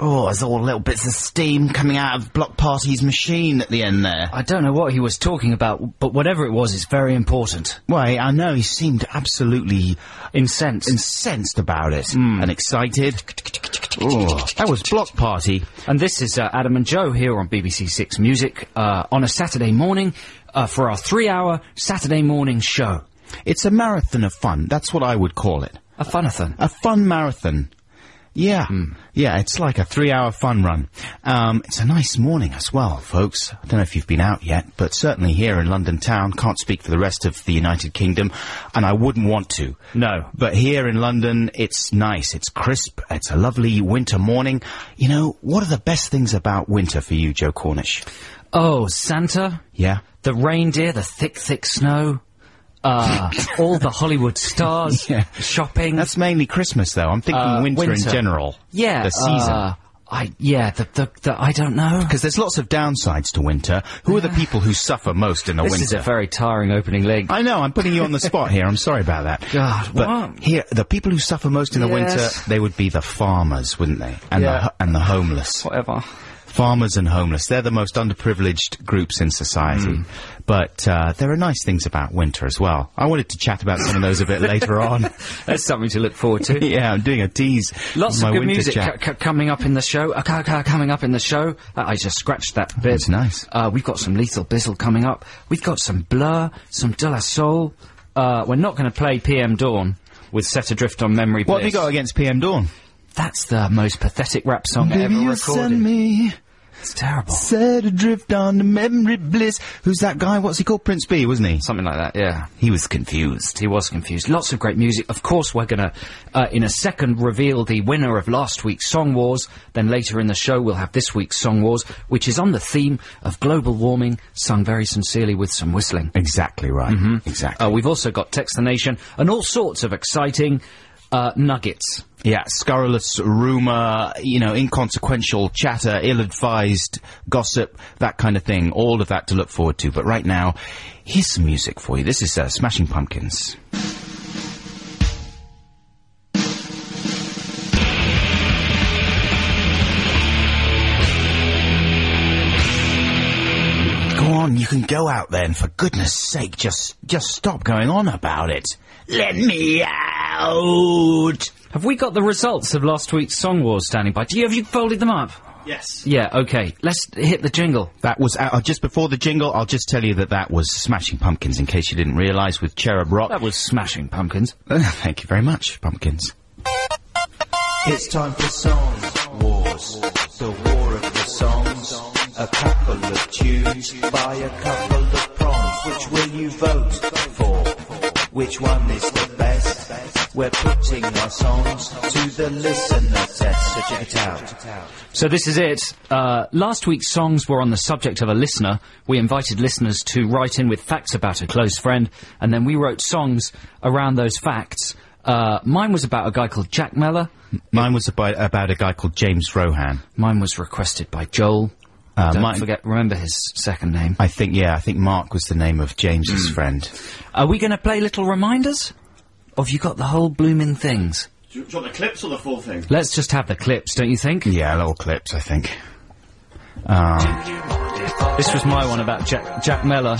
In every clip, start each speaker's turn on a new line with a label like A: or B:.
A: Oh, there's all little bits of steam coming out of Block Party's machine at the end there.
B: I don't know what he was talking about, but whatever it was, it's very important.
A: Why, I know he seemed absolutely
B: Incensed.
A: incensed about it and excited. Hmm. Oh, that was Block Party.
B: And this is uh, Adam and Joe here on BBC Six Music uh, on a Saturday morning uh, for our three-hour Saturday morning show.
A: It's a marathon of fun. That's what I would call it.
B: A funathon.
A: A fun marathon. Yeah.
B: Hmm.
A: Yeah, it's like a three hour fun run. Um, it's a nice morning as well, folks. I don't know if you've been out yet, but certainly here in London town, can't speak for the rest of the United Kingdom, and I wouldn't want to.
B: No.
A: But here in London, it's nice, it's crisp, it's a lovely winter morning. You know, what are the best things about winter for you, Joe Cornish?
B: Oh, Santa,
A: Yeah?
B: the reindeer, the thick, thick snow, uh, all the Hollywood stars,
A: Yeah.
B: shopping.
A: That's mainly Christmas, though. I'm thinking
B: Uh,
A: winter, in
B: winter.
A: general.
B: yeah,
A: The season.
B: uh, I yeah, the, the the I don't know.
A: because there's lots of downsides to winter. Who are the people who suffer most in the
B: Ah. This
A: winter?
B: is a very tiring opening leg.
A: I know, I'm putting you on the spot here. I'm sorry about that.
B: God,
A: but
B: what?
A: here, the people who suffer most in the
B: Yes.
A: winter, they would be the farmers, wouldn't they? And the
B: Yeah.
A: the and the homeless.
B: Whatever.
A: Farmers and homeless. They're the most underprivileged groups in society.
B: Hmm.
A: But uh, there are nice things about winter as well. I wanted to chat about some of those a bit later on.
B: That's something to look forward to.
A: Yeah, I'm doing a tease.
B: Lots
A: my
B: of good
A: winter
B: music
A: chat.
B: c- c- coming up in the show. Uh, c- c- coming up in the show. Uh, I just scratched that bit.
A: that's nice.
B: Uh, we've got some Lethal Bizzle coming up. We've got some Blur, some De La Soul. Uh, we're not going to play PM Dawn with Set Adrift on Memory
A: What have you
B: Bliss.
A: got against PM Dawn?
B: That's the most pathetic rap song
A: Maybe
B: ever
A: you
B: recorded.
A: send me
B: it's terrible.
A: Set adrift on the memory bliss. Who's that guy? What's he called? Prince B, wasn't he?
B: Something like that, yeah.
A: He was confused.
B: He was confused. Lots of great music. Of course, we're going to, uh, in a second, reveal the winner of last week's Song Wars. Then later in the show, we'll have this week's Song Wars, which is on the theme of global warming, sung very sincerely with some whistling.
A: Exactly right. Exactly.
B: Uh, we've also got Text the Nation and all sorts of exciting uh, nuggets.
A: Yeah, scurrilous rumor, you know, inconsequential chatter, ill-advised gossip, that kind of thing. All of that to look forward to. But right now, here's some music for you. This is uh, Smashing Pumpkins. Go on, you can go out then. For goodness sake, just just stop going on about it. Let me out.
B: Have we got the results of last week's Song Wars standing by? Do you, have you folded them up?
A: Yes.
B: Yeah, okay. Let's hit the jingle.
A: That was uh, just before the jingle. I'll just tell you that that was Smashing Pumpkins, in case you didn't realise, with Cherub Rock.
B: That was Smashing Pumpkins.
A: Thank you very much, Pumpkins.
C: It's time for song wars, the war of the songs. A couple of tunes by a couple of proms. Which will you vote for? Which one is the best? We're putting our songs to the listener test. So check it out.
B: So this is it. Uh, last week's songs were on the subject of a listener. We invited listeners to write in with facts about a close friend, and then we wrote songs around those facts. Uh, mine was about a guy called Jack Meller.
A: Mine was about, about a guy called James Rohan.
B: Mine was requested by Joel.
A: Uh,
B: Don't
A: mine-
B: forget, remember his second name.
A: I think, yeah, I think Mark was the name of James's friend.
B: Are we going to play little reminders? Or have you got the whole blooming things?
D: Do you do you want the clips or the full thing?
B: Let's just have the clips, don't you think?
A: Yeah, little clips, I think.
B: This was my one about Jack, Jack Meller.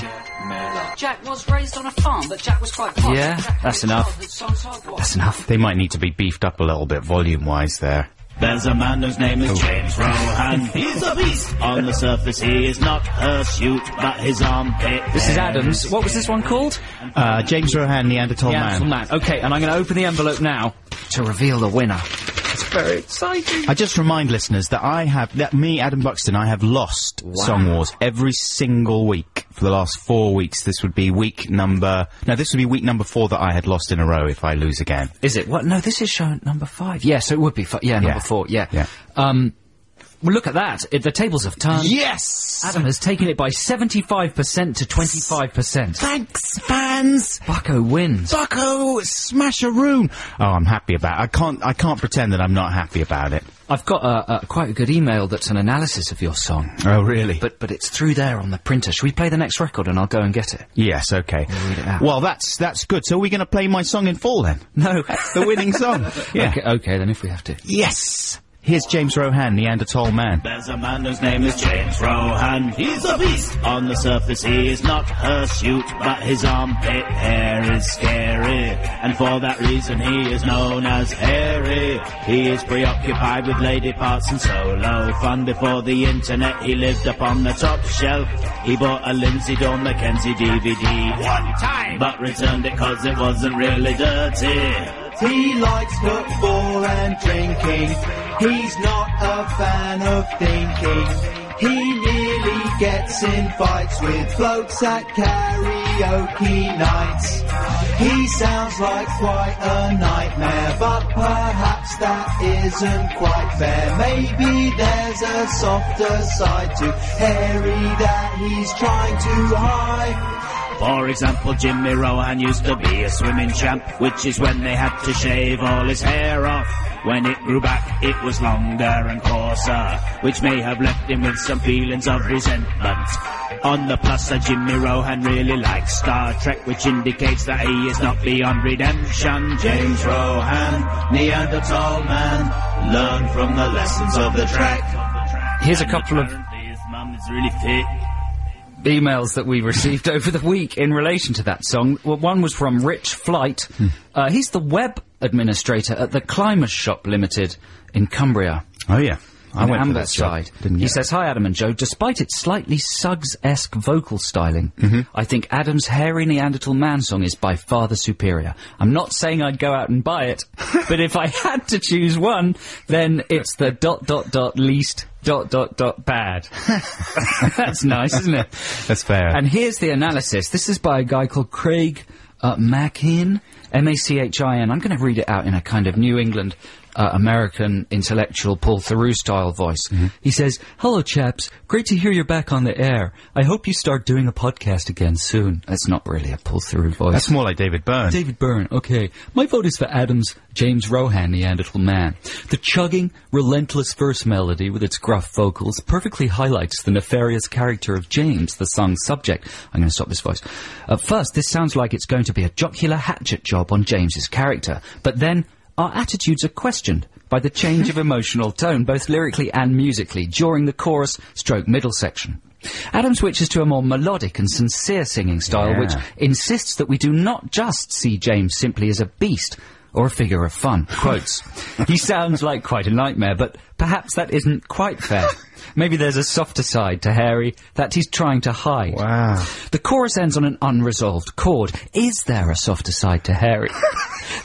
E: Jack was raised on a farm, but Jack was quite poor.
B: Yeah,
E: Jack
B: that's
E: had a
B: enough.
E: childhood song sidebar.
B: That's enough.
A: They might need to be beefed up a little bit, volume-wise. There.
D: There's a man whose name is James Rohan. He's a beast. On the surface, he is not hirsute, but his armpit.
B: This is Adams. What was this one called?
A: Uh, James Rohan, Neanderthal
B: Yeah,
A: Oh, man.
B: from that. Okay, and I'm going to open the envelope now to reveal the winner. It's very exciting.
A: I just remind listeners that I have, that me, Adam Buxton, I have lost Song Wars every single week for the last four weeks. This would be week number, no, this would be week number four that I had lost in a row if I lose again.
B: Is it? What? No, this is show number five. Yeah, so it would be. Fi- yeah, number
A: Yeah.
B: four. Yeah.
A: Yeah.
B: Um, well, look at that. It, the tables have turned.
A: Yes!
B: Adam has taken it by 75% to 25%.
A: Thanks, fans!
B: Bucko wins.
A: Bucko, oh, smash a room! Oh, I'm happy about it. I can't, I can't pretend that I'm not happy about it.
B: I've got uh, uh, quite a good email that's an analysis of your song,
A: Oh, really?
B: but but it's through there on the printer. Shall we play the next record and I'll go and get it?
A: yes, okay.
B: read it out.
A: Well, that's, that's good. So are we going to play my song in full then?
B: No.
A: The winning song? Yeah.
B: Okay, okay, then if we have to.
A: Yes! Here's James Rohan, Neanderthal man.
D: There's a man whose name is James Rohan. He's a beast. On the surface, he is not hirsute, but his armpit hair is scary. And for that reason, he is known as Hairy. He is preoccupied with lady parts and solo fun. Before the internet, he lived up on the top shelf. He bought a Lindsay Dawn Mackenzie DVD one time, but returned it cause it wasn't really dirty.
C: He likes football and drinking. He's not a fan of thinking. He nearly gets in fights with blokes at karaoke nights. He sounds like quite a nightmare, but perhaps that isn't quite fair. Maybe there's a softer side to Harry that he's trying to hide.
D: For example, Jimmy Rohan used to be a swimming champ, which is when they had to shave all his hair off. When it grew back, it was longer and coarser, which may have left him with some feelings of resentment. On the plus side, Jimmy Rohan really likes Star Trek, which indicates that he is not beyond redemption. James Rohan, Neanderthal man, learn from the lessons of the Trek.
B: Here's a couple of-
D: Apparently His mum is really fit.
B: emails that we received over the week in relation to that song. Well, one was from Rich Flight. Uh, he's the web administrator at the Climbers Shop Limited in Cumbria.
A: Oh yeah, I
B: on
A: went for that job,
B: side.
A: Didn't
B: he
A: you?
B: says, "Hi, Adam and Joe. Despite its slightly Suggs-esque vocal styling,
A: Mm-hmm.
B: I think Adam's hairy Neanderthal man song is by far the superior. I'm not saying I'd go out and buy it, but if I had to choose one, then it's the dot dot dot least dot dot dot bad. That's nice, isn't it?
A: That's fair.
B: And here's the analysis. This is by a guy called Craig uh, Machin, M-A-C-H-I-N. I'm going to read it out in a kind of New England uh, American intellectual Paul Theroux style voice. He says, "Hello, chaps. Great to hear you're back on the air. I hope you start doing a podcast again soon." That's not really a Paul Theroux voice.
A: That's more like David Byrne.
B: David Byrne. Okay. My vote is for Adams' James Rohan, Neanderthal Man. The chugging, relentless verse melody with its gruff vocals perfectly highlights the nefarious character of James, the song's subject. I'm going to stop this voice. At first, this sounds like it's going to be a jocular hatchet job on James's character, but then our attitudes are questioned by the change of emotional tone, both lyrically and musically, during the chorus stroke middle section. Adam switches to a more melodic and sincere singing style,
A: Yeah.
B: which insists that we do not just see James simply as a beast or a figure of fun. Quotes. he sounds like quite a nightmare, but perhaps that isn't quite fair. Maybe there's a softer side to Harry that he's trying to hide.
A: Wow.
B: The chorus ends on an unresolved chord. Is there a softer side to Harry?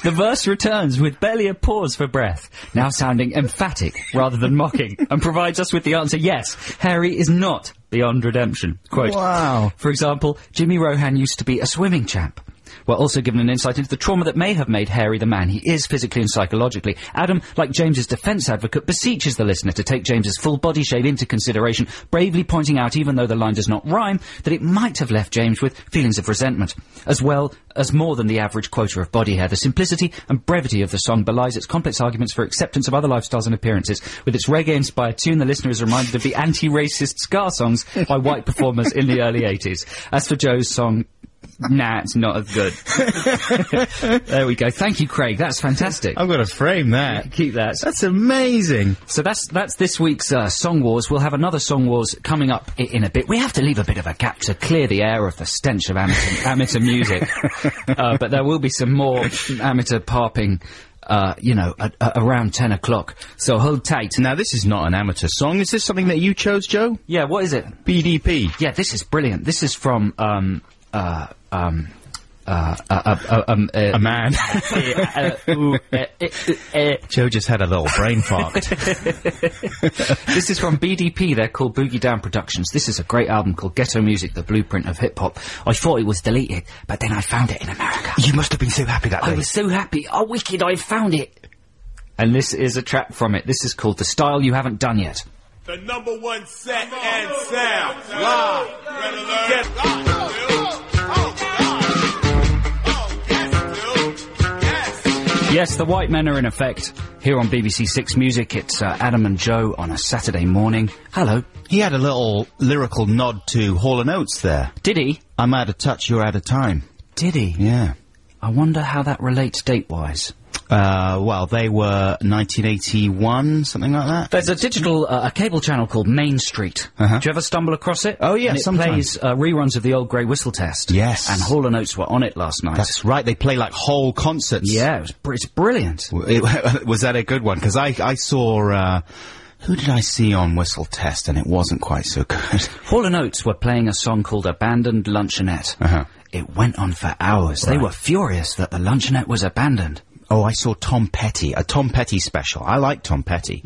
B: the verse returns with barely a pause for breath, now sounding emphatic rather than mocking, and provides us with the answer yes, Harry is not beyond redemption. Quote,
A: Wow.
B: for example, Jimmy Rohan used to be a swimming champ. We're also given an insight into the trauma that may have made Harry the man he is physically and psychologically. Adam, like James's defense advocate, beseeches the listener to take James's full body shape into consideration, bravely pointing out, even though the line does not rhyme, that it might have left James with feelings of resentment, as well as more than the average quota of body hair. The simplicity and brevity of the song belies its complex arguments for acceptance of other lifestyles and appearances. With its reggae-inspired tune, the listener is reminded of the anti-racist scar songs by white performers in the early 80s. As for Joe's song, nah, it's not as good. there we go. Thank you, Craig. That's fantastic.
A: I've got to frame that.
B: Keep that.
A: That's amazing.
B: So that's that's this week's uh, Song Wars. We'll have another Song Wars coming up i- in a bit. We have to leave a bit of a gap to clear the air of the stench of amateur, amateur music, uh, but there will be some more amateur popping, uh, you know, at, at around ten o'clock. So hold tight.
A: Now this is not an amateur song. Is this something that you chose, Joe?
B: Yeah, what is it?
A: BDP.
B: Yeah, this is brilliant. This is from um uh um uh, uh, uh, uh, um, uh,
A: A man.
B: uh, uh, ooh, uh, uh, uh, uh.
A: Joe just had a little brain fart.
B: this is from BDP. They're called Boogie Down Productions. This is a great album called Ghetto Music: The Blueprint of Hip Hop. I thought it was deleted, but then I found it in America.
A: you must have been so happy that
B: I was so happy. Oh, wicked! I found it. And this is a track from it. This is called "The Style You Haven't Done Yet."
F: The number one set and sound. Live. Get
B: Yes, the white men are in effect here on BBC Six Music. It's uh, Adam and Joe on a Saturday morning. Hello,
A: He had a little lyrical nod to Hall and Oates there.
B: did he?
A: I'm out of touch. You're out of time.
B: Did he?
A: Yeah.
B: I wonder how that relates date-wise.
A: Uh, well, they were 1981, something like that.
B: There's a digital, uh, a cable channel called Main Street.
A: Uh-huh.
B: Do you ever stumble across it?
A: Oh, yeah,
B: and it
A: sometimes.
B: plays uh, reruns of the old Grey Whistle Test.
A: Yes.
B: and Hall and Oates were on it last night.
A: That's right. They play like whole concerts.
B: yeah, it was br- it's brilliant.
A: W- it- was that a good one? Because I I saw. Uh, who did I see on Whistle Test? And it wasn't quite so good.
B: Hall and Oates were playing a song called "Abandoned Luncheonette."
A: Uh-huh.
B: It went on for hours. They were furious that the luncheonette was abandoned.
A: Oh, I saw Tom Petty, a Tom Petty special. I like Tom Petty.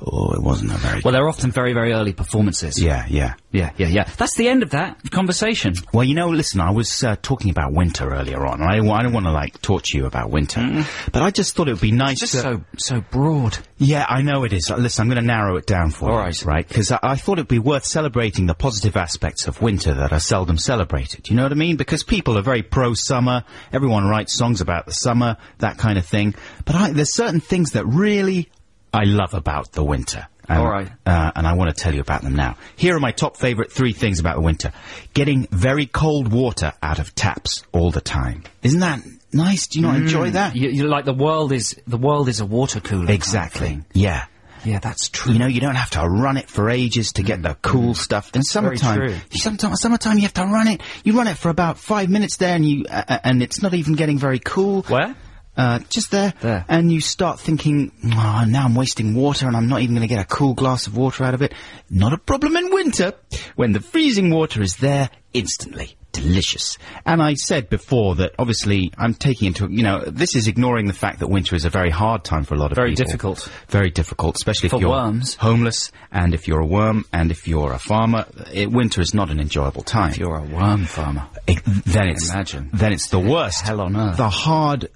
A: Oh, it wasn't a very.
B: Hmm. Well, they're often very, very early performances.
A: yeah, yeah.
B: yeah, yeah, yeah. That's the end of that conversation.
A: Well, you know, listen, I was uh, talking about winter earlier on. I, I don't want to like torture you about winter, but I just thought it would be nice.
B: Mm-hmm. Just
A: to-
B: so, so broad.
A: Yeah, I know it is. Uh, Listen, I'm going to narrow it down for you.
B: All right.
A: Right, because I, I thought it'd be worth celebrating the positive aspects of winter that are seldom celebrated. You know what I mean? Because people are very pro summer. Everyone writes songs about the summer, that kind of thing. But I, there's certain things that really I love about the winter. And,
B: All right.
A: Uh, and I want to tell you about them now. Here are my top favorite three things about the winter. Getting very cold water out of taps all the time. Isn't that nice? Do you not enjoy that?
B: You, you're like the world is the world is a water cooler. type
A: Exactly.
B: thing.
A: Yeah.
B: Yeah, that's true. Mm.
A: You know, you don't have to run it for ages to get the cool stuff. In
B: very
A: summertime,
B: true.
A: sometimes summertime you have to run it. You run it for about five minutes there, and you uh, uh, and it's not even getting very cool.
B: Where?
A: Uh, just there.
B: There.
A: And you start thinking, oh, now I'm wasting water, and I'm not even going to get a cool glass of water out of it. Not a problem in winter when the freezing water is there instantly. Delicious. And I said before that obviously I'm taking into, you know, this is ignoring the fact that winter is a very hard time for a lot of
B: Very
A: people.
B: difficult.
A: Very difficult, especially
B: For
A: if you're
B: worms.
A: homeless, and if you're a worm, and if you're a farmer, it, winter is not an enjoyable time.
B: If you're a worm farmer,
A: It- then it's
B: imagine.
A: then it's the worst.
B: Hell on earth.
A: The hard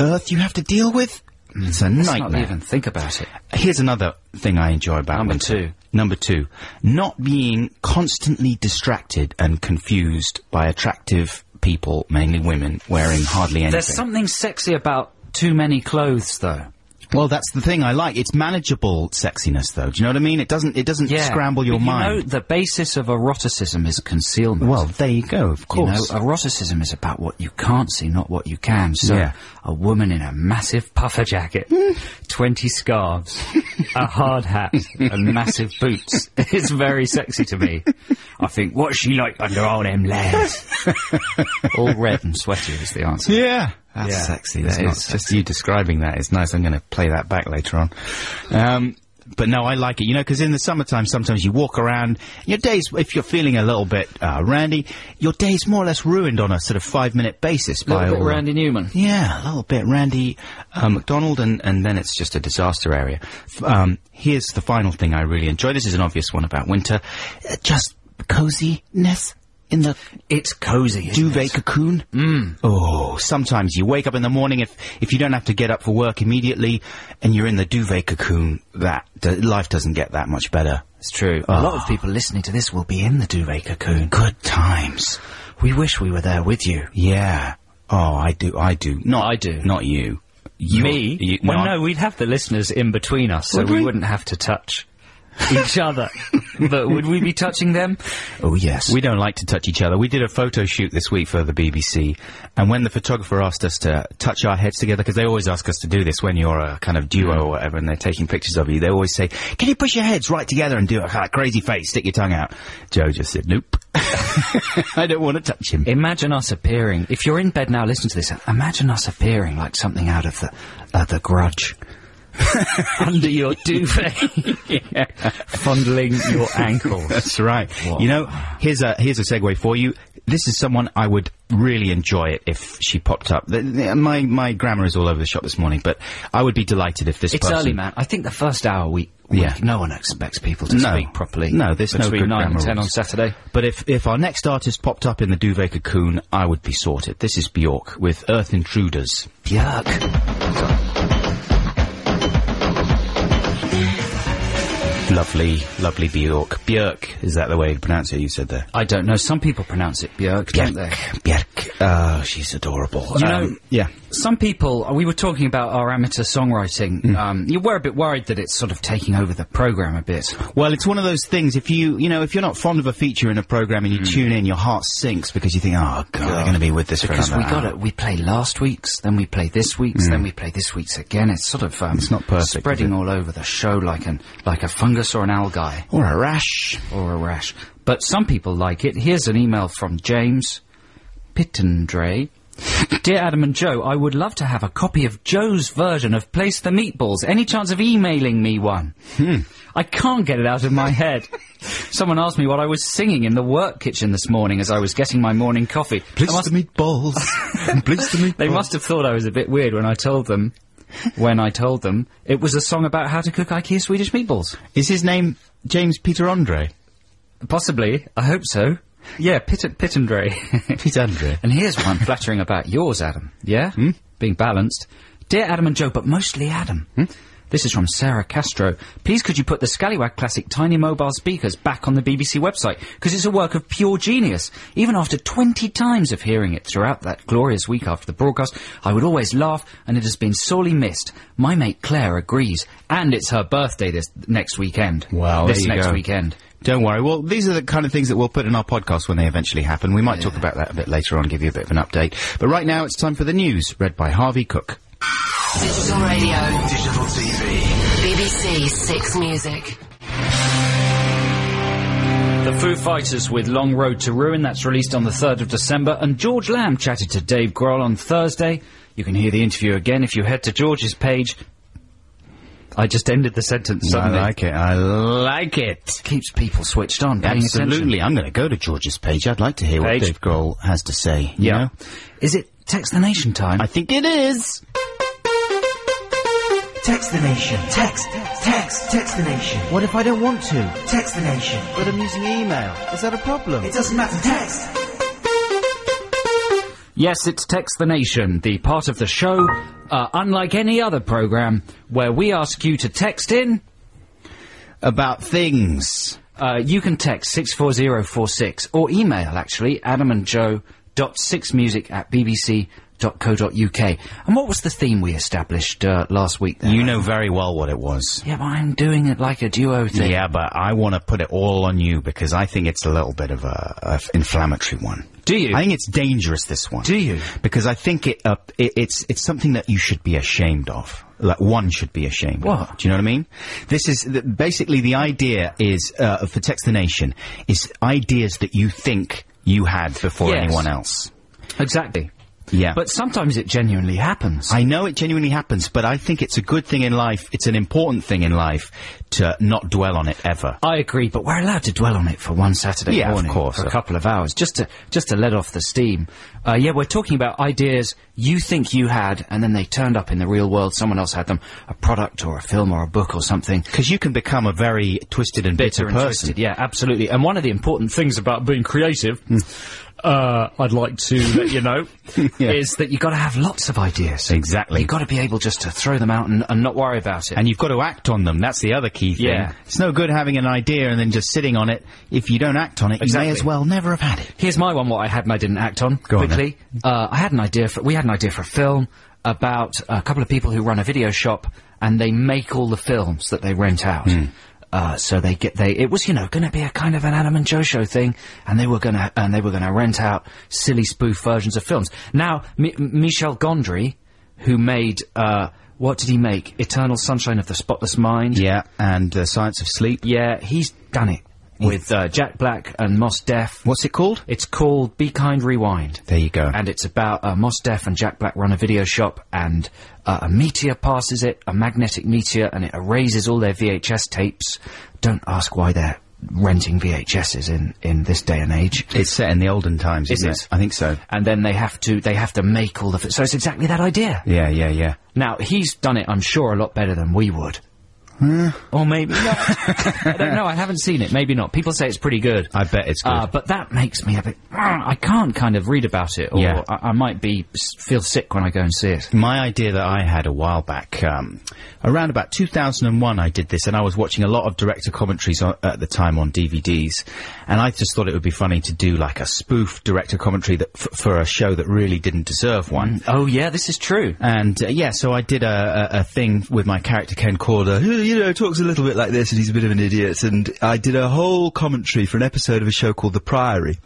A: earth you have to deal with. It's a
B: Mm. not
A: nightmare.
B: even think about it.
A: Here's another thing I enjoy about
B: Number
A: winter.
B: two.
A: Number two, not being constantly distracted and confused by attractive people, mainly women, wearing hardly anything.
B: There's something sexy about too many clothes, though.
A: Well, that's the thing I like. It's manageable sexiness, though. Do you know what I mean? It doesn't. It doesn't
B: Yeah,
A: scramble your
B: but you
A: mind.
B: know, the basis of eroticism is concealment.
A: well, there you go. Of
B: You
A: course.
B: know, uh, eroticism is about what you can't see, not what you can. So,
A: Yeah.
B: a woman in a massive puffer jacket, 20 scarves, a hard hat, and massive boots is very sexy to me. I think, what's she like under all them layers? all red and sweaty is the answer.
A: yeah. That's
B: Yeah,
A: sexy.
B: that
A: That's not
B: is
A: just you describing that. It's nice. I'm going to play that back later on. Um, but no, I like it. You know, because in the summertime, sometimes you walk around. Your days, if you're feeling a little bit uh, randy, your day's more or less ruined on a sort of five minute basis by all the-
B: Newman.
A: Yeah, a little bit Randy uh, McDonald, and, and then it's just a disaster area. F- Um, here's the final thing I really enjoy. This is an obvious one about winter. Uh, just coziness in the
B: It's cozy. Isn't
A: duvet
B: it?
A: cocoon. Mm. Oh, sometimes you wake up in the morning if if you don't have to get up for work immediately, and you're in the duvet cocoon. That d- life doesn't get that much better.
B: It's true.
A: Ah.
B: A lot of people listening to this will be in the duvet cocoon.
A: Good times.
B: We wish we were there with you.
A: Yeah. Oh, I do. I do. Not
B: I do.
A: Not you. You're-
B: Me?
A: You,
B: well,
A: I-
B: no, we'd have the listeners in between us, so
A: Would
B: we?
A: we?
B: wouldn't have to touch each other. but would we be touching them?
A: Oh yes. We don't like to touch each other. We did a photo shoot this week for the BBC, and when the photographer asked us to touch our heads together, because they always ask us to do this when you're a kind of duo or whatever, and they're taking pictures of you, they always say, "Can you push your heads right together and do a kind of crazy face, stick your tongue out?" Joe just said, "Nope, I don't want to touch him."
B: Imagine us appearing. If you're in bed now, listen to this. Imagine us appearing like something out of the uh, the Grudge. Under your duvet, fondling your ankles.
A: That's right. You know, here's a here's a segue for you. This is someone I would really enjoy it if she popped up. Th- th- my my grammar is all over the shop this morning, but I would be delighted if this
B: It's
A: person
B: early, man. I think the first hour we, we
A: Yeah.
B: no one expects people to
A: No.
B: speak properly.
A: No, there's no
B: between
A: good
B: nine and
A: grammar
B: ten
A: rules.
B: on Saturday.
A: But if, if our next artist popped up in the duvet cocoon, I would be sorted. This is Bjork with Earth Intruders.
B: Yuck.
A: Lovely, lovely Bjork. Björk, is that the way to pronounce it you said there?
B: I don't know. Some people pronounce it Björk, don't they?
A: Björk. Oh, she's adorable.
B: You
A: Um,
B: know-
A: yeah.
B: Some people, uh, we were talking about our amateur songwriting.
A: Mm.
B: Um, you were a bit worried that it's sort of taking over the program a bit.
A: Well, it's one of those things. If you, you know, if you're not fond of a feature in a program
B: Hmm.
A: and you tune in, your heart sinks because you think, oh god, they're going to be with this
B: Because
A: for
B: we
A: another
B: got
A: hour."
B: it. We play last week's, then we play this week's, then we play this week's again. It's sort of um,
A: Mm. It's not perfect, is
B: spreading
A: it?
B: all over the show like an like a fungus or an algae
A: Or a rash.
B: or a rash. But some people like it. Here's an email from James Pittendray. Dear Adam and Joe, I would love to have a copy of Joe's version of Place the Meatballs. Any chance of emailing me one? I can't get it out of my head. Someone asked me what I was singing in the work kitchen this morning as I was getting my morning coffee. I must-
A: meatballs. Please the meatballs.
B: they must have thought I was a bit weird when I told them. when I told them, it was a song about how to cook IKEA Swedish meatballs.
A: Is his name James Peter Andre?
B: Possibly. I hope so. Yeah, Pit Pitendray.
A: Peter Andre.
B: And here's one flattering about yours, Adam. Yeah?
A: Hmm?
B: Being balanced. Dear Adam and Joe, but mostly Adam.
A: Hmm?
B: This is from Sarah Castro. Please could you put the Scallywag Classic Tiny Mobile Speakers back on the BBC website? Because it's a work of pure genius. Even after 20 times of hearing it throughout that glorious week after the broadcast, I would always laugh and it has been sorely missed. My mate Claire agrees. And it's her birthday this next weekend.
A: Wow,
B: This
A: there you
B: next
A: go.
B: weekend.
A: Don't worry. Well, these are the kind of things that we'll put in our podcast when they eventually happen. We might talk about that a bit later on, give you a bit of an update. But right now, it's time for the news, read by Harvey Cook.
G: Digital radio.
C: Digital TV.
G: BBC Six Music.
B: The Foo Fighters with Long Road to Ruin, that's released on the 3rd of December, and George Lamb chatted to Dave Grohl on Thursday. You can hear the interview again if you head to George's page. I just ended the sentence suddenly.
A: I like it. I like it.
B: Keeps people switched on, paying attention.
A: Absolutely. I'm going to go to George's page. I'd like to hear what
B: Page.
A: Dave Grohl has to say. you
B: Yeah.
A: know?
B: Is it Text the Nation time?
A: I think it is.
C: Text the nation. Text. Text. Text the nation.
A: What if I don't want to?
C: Text the nation.
A: But I'm using email. Is that a problem?
C: It doesn't matter. Text.
B: Yes, it's Text the Nation, the part of the show, uh, unlike any other program, where we ask you to text in.
A: About things.
B: Uh, you can text 64046 or email actually adamandjoe.6music at bbc.co.uk. And what was the theme we established uh, last week then?
A: You know very well what it was.
B: yeah, but I'm doing it like a duo thing.
A: Yeah, but I want to put it all on you because I think it's a little bit of a, a f- inflammatory one.
B: Do you?
A: I think it's dangerous. This one.
B: Do you?
A: Because I think it, uh, it it's it's something that you should be ashamed of. Like one should be ashamed.
B: What?
A: Of. Do you know what I mean? This is th- basically the idea is uh, for Text the Nation is ideas that you think you had before
B: Yes.
A: anyone else.
B: Exactly.
A: Yeah.
B: But sometimes it genuinely happens.
A: I know it genuinely happens, but I think it's a good thing in life. It's an important thing in life to not dwell on it ever.
B: I agree, but we're allowed to dwell on it for one Saturday
A: Yeah, of
B: morning
A: course.
B: for a couple of hours, just to just to let off the steam. Uh, yeah, we're talking about ideas you think you had, and then they turned up in the real world. Someone else had them, a product or a film or a book or something.
A: Because you can become a very twisted and bitter,
B: and
A: person.
B: twisted. Yeah, absolutely. And one of the important things about being creative,
A: Hmm.
B: uh, I'd like to let you know,
A: Yeah.
B: is that you've got to have lots of ideas.
A: Exactly.
B: You've got to be able just to throw them out and, and not worry about it.
A: And you've got to act on them. That's the other key thing.
B: Yeah.
A: It's no good having an idea and then just sitting on it. If you don't act on it,
B: Exactly.
A: you may as well never have had it.
B: Here's my one. What I had and I didn't act on
A: Go on
B: quickly. uh, I had an idea for. We had an idea for a film about a couple of people who run a video shop and they make all the films that they rent out.
A: Hmm.
B: Uh, so they get they. It was you know going to be a kind of an Adam and Joe show thing, and they were going to and they were going to rent out silly spoof versions of films. Now Mi- Michel Gondry, who made uh, what did he make? Eternal Sunshine of the Spotless Mind.
A: Yeah. And uh, Science of Sleep.
B: Yeah, he's done it with uh, Jack Black and Moss Def.
A: What's it called?
B: It's called Be Kind Rewind.
A: There you go.
B: And it's about uh, Mos Def and Jack Black run a video shop, and uh, a meteor passes it, a magnetic meteor, and it erases all their VHS tapes. Don't ask why they're renting VHSs in, in this day and age.
A: it's set in the olden times,
B: Is
A: isn't
B: it?
A: I think so.
B: And then they have to they have to make all the. F- so it's exactly that idea.
A: Yeah, yeah, yeah.
B: Now he's done it, I'm sure, a lot better than we would. Or maybe not. I don't know. I haven't seen it. Maybe not. People say it's pretty good.
A: I bet it's good.
B: Uh, but that makes me a bit. I can't kind of read about it, or
A: Yeah.
B: I, I might be feel sick when I go and see it.
A: my idea that I had a while back, um, around about 2001, I did this, and I was watching a lot of director commentaries on, at the time on DVDs, and I just thought it would be funny to do like a spoof director commentary that f- for a show that really didn't deserve one.
B: Oh yeah, this is true.
A: And uh, yeah, so I did a, a, a thing with my character Ken Corder, who you know talks a little bit like this, and he's a bit of an idiot. And I did a whole commentary for an episode of a show called The Priory.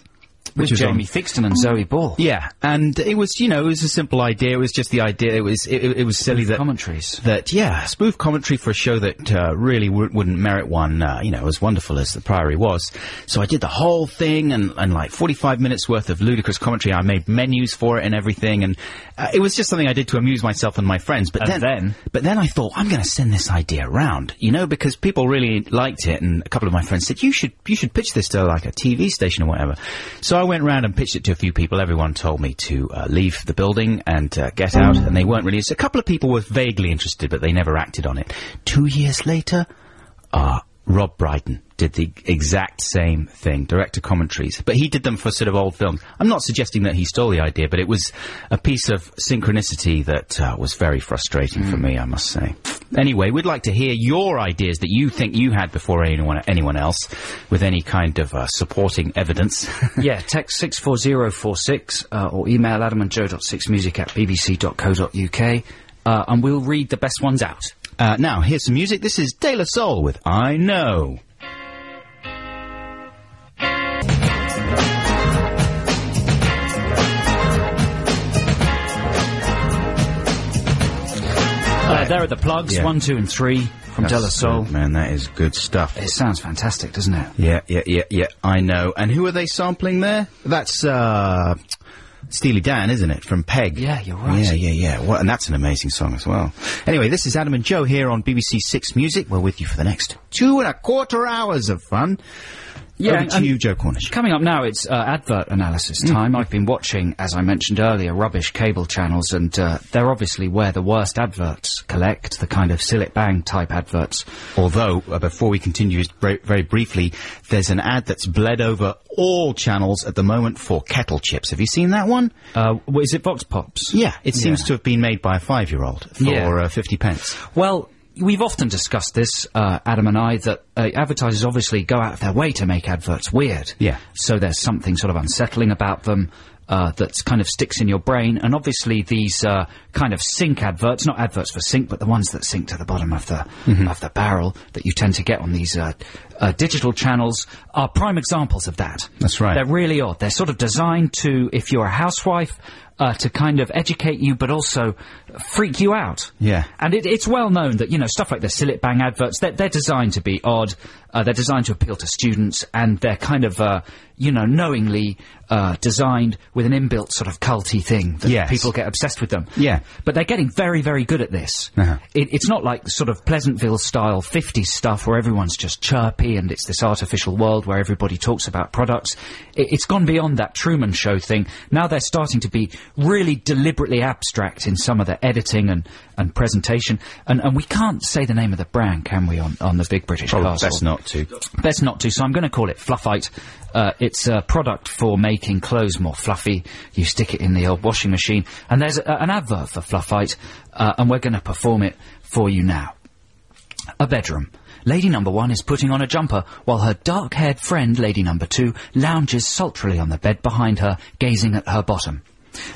B: With
A: was
B: Jamie
A: on-
B: Fixton and Zoe Ball.
A: Yeah, and it was you know it was a simple idea. It was just the idea. It was it, it- it was silly that
B: Commentaries.
A: that yeah spoof commentary for a show that uh, really w- wouldn't merit one. Uh, you know as wonderful as the Priory was. So I did the whole thing and and like forty five minutes worth of ludicrous commentary. I made menus for it and everything, and uh, it was just something I did to amuse myself and my friends. But
B: And then-
A: but then I thought I'm going to send this idea around, you know, because people really liked it, and a couple of my friends said you should you should pitch this to like a TV station or whatever. So I went round and pitched it to a few people. Everyone told me to uh, leave the building and uh, get out, and they weren't really. So a couple of people were vaguely interested, but they never acted on it. Two years later, uh, Rob Brydon did the exact same thing, director commentaries, but he did them for sort of old films. I'm not suggesting that he stole the idea, but it was a piece of synchronicity that uh, was very frustrating
B: Hmm.
A: for me, I must say. Anyway, we'd like to hear your ideas that you think you had before anyone anyone else, with any kind of uh, supporting evidence.
B: yeah, text 64046 uh, or email adamandjoe.6music at bbc.co.uk uh, and we'll read the best ones out.
A: uh, now, here's some music. This is De La Soul with "I Know."
B: Uh, there are the plugs,
A: Yeah.
B: one, two, and three from De La Soul.
A: man, that is good stuff.
B: It sounds fantastic, doesn't it?
A: Yeah, yeah, yeah, yeah. I know. And who are they sampling there? That's uh, Steely Dan, isn't it? From Peg.
B: Yeah, you're right.
A: Yeah, yeah, yeah. What, and that's an amazing song as well. Anyway, this is Adam and Joe here on BBC Six Music. We're with you for the next two and a quarter hours of fun. Over to
B: and-
A: you, Joe Cornish.
B: Coming up now, it's uh, advert analysis time. I've been watching, as I mentioned earlier, rubbish cable channels, and uh, they're obviously where the worst adverts collect, the kind of sillet bang type adverts.
A: Although, uh, before we continue, just very, very briefly, there's an ad that's bled over all channels at the moment for kettle chips. Have you seen that one?
B: Uh, wh- is it Vox Pops?
A: Yeah, it seems to have been made by a five-year-old for
B: Yeah.
A: uh, fifty pence.
B: Well, we've often discussed this, uh, Adam and I, that uh, advertisers obviously go out of their way to make adverts weird.
A: Yeah.
B: So there's something sort of unsettling about them. Uh, that kind of sticks in your brain, and obviously these uh, kind of sync adverts—not adverts for sync, but the ones that sync to the bottom of the
A: Mm-hmm.
B: of the barrel that you tend to get on these uh, uh, digital channels—are prime examples of that.
A: That's right.
B: They're really odd. They're sort of designed to, if you're a housewife, uh, to kind of educate you, but also freak you out.
A: Yeah.
B: And it, it's well known that, you know, stuff like the Sillet Bang adverts, they're, they're designed to be odd, uh, they're designed to appeal to students, and they're kind of, uh, you know, knowingly uh, designed with an inbuilt sort of culty thing that
A: Yes.
B: people get obsessed with them.
A: Yeah.
B: But they're getting very, very good at this.
A: Uh-huh.
B: It, it's not like the sort of Pleasantville style 50s stuff where everyone's just chirpy and it's this artificial world where everybody talks about products. It, it's gone beyond that Truman Show thing. Now they're starting to be really deliberately abstract in some of the editing and, and presentation. And, and we can't say the name of the brand, can we, on, on the Big British
A: Probably
B: Castle?
A: best not to.
B: Best not to, so I'm going to call it Fluffite. Uh, it's a product for making clothes more fluffy. You stick it in the old washing machine, and there's a, an advert for Fluffite, uh, and we're going to perform it for you now. A bedroom. Lady number one is putting on a jumper while her dark haired friend, lady number two, lounges sultrily on the bed behind her, gazing at her bottom.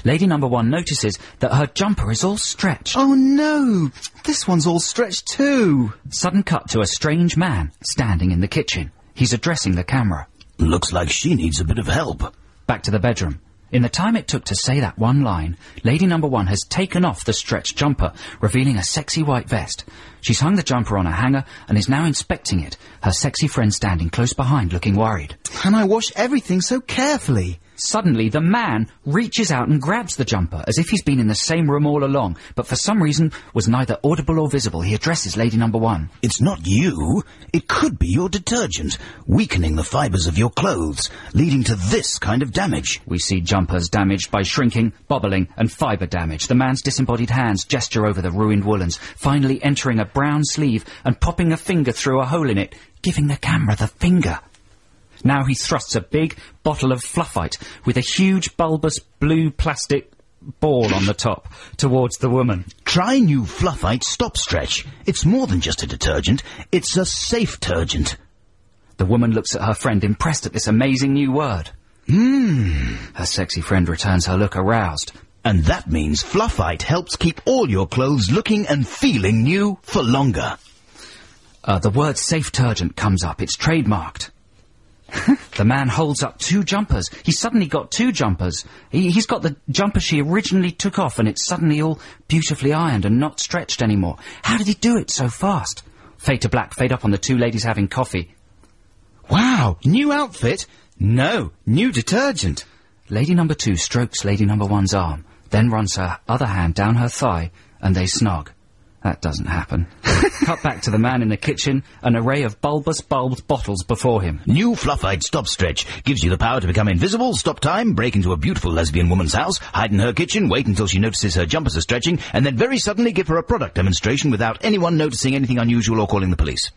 B: Lady number one notices that her jumper is all stretched.
A: Oh no! This one's all stretched too!
B: Sudden cut to a strange man standing in the kitchen. He's addressing the camera.
A: Looks like she needs a bit of help.
B: back to the bedroom. In the time it took to say that one line, Lady Number One has taken off the stretched jumper, revealing a sexy white vest. She's hung the jumper on a hanger and is now inspecting it, her sexy friend standing close behind looking worried.
A: And I wash everything so carefully.
B: Suddenly, the man reaches out and grabs the jumper, as if he's been in the same room all along, but for some reason was neither audible or visible. He addresses Lady Number One.
H: It's not you. It could be your detergent, weakening the fibers of your clothes, leading to this kind of damage.
B: We see jumpers damaged by shrinking, bobbling, and fibre damage. The man's disembodied hands gesture over the ruined woolens, finally entering a brown sleeve and popping a finger through a hole in it, giving the camera the finger. Now he thrusts a big bottle of fluffite with a huge bulbous blue plastic ball on the top towards the woman.
H: Try new Fluffite Stop Stretch. It's more than just a detergent. It's a safe detergent.
B: The woman looks at her friend, impressed at this amazing new word. Mmm. Her sexy friend returns her look aroused.
H: And that means Fluffite helps keep all your clothes looking and feeling new for longer.
B: Uh, the word safe turgent comes up. It's trademarked. the man holds up two jumpers. He's suddenly got two jumpers. He, he's got the jumper she originally took off, and it's suddenly all beautifully ironed and not stretched anymore. How did he do it so fast? Fade to black, fade up on the two ladies having coffee.
A: Wow, new outfit? No, new detergent.
B: Lady number two strokes lady number one's arm, then runs her other hand down her thigh, and they snog. That doesn't happen. Cut back to the man in the kitchen, an array of bulbous bulbed bottles before him.
H: New Fluffite Stop Stretch gives you the power to become invisible, stop time, break into a beautiful lesbian woman's house, hide in her kitchen, wait until she notices her jumpers are stretching, and then very suddenly give her a product demonstration without anyone noticing anything unusual or calling the police.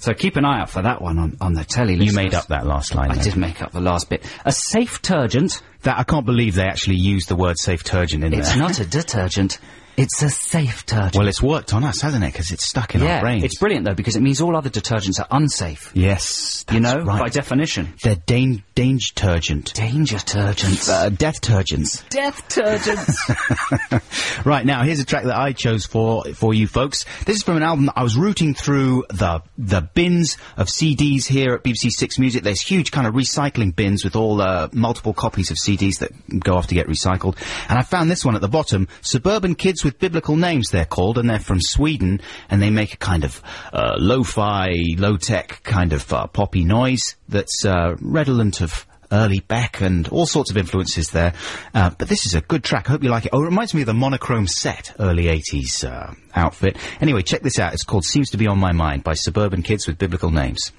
B: So keep an eye out for that one on, on the telly.
A: You
B: listeners.
A: made up that last line.
B: I
A: then.
B: did make up the last bit. A safe turgent.
A: That I can't believe they actually used the word safe turgent in
B: It's
A: there.
B: not a detergent. It's a safe turgent.
A: Well, it's worked on us, hasn't it? Because it's stuck in our
B: yeah,
A: brains.
B: it's brilliant though because it means all other detergents are unsafe.
A: yes, that's
B: you know,
A: right.
B: by definition.
A: They're dan- danger turgent.
B: Danger turgents.
A: Uh, death turgents.
B: Death turgents.
A: Right now, here's a track that I chose for for you folks. This is from an album that I was rooting through the the bins of CDs here at BBC Six Music. There's huge kind of recycling bins with all uh, multiple copies of CDs that go off to get recycled. And I found this one at the bottom. Suburban Kids with Biblical Names, they're called, and they're from Sweden. And they make a kind of uh, lo-fi, low-tech kind of uh, poppy noise that's uh, redolent of early Beck and all sorts of influences there. Uh, but this is a good track. I hope you like it. Oh, it reminds me of the monochrome set early 80s uh, outfit. Anyway, check this out. It's called Seems to Be on My Mind by Suburban Kids with Biblical Names.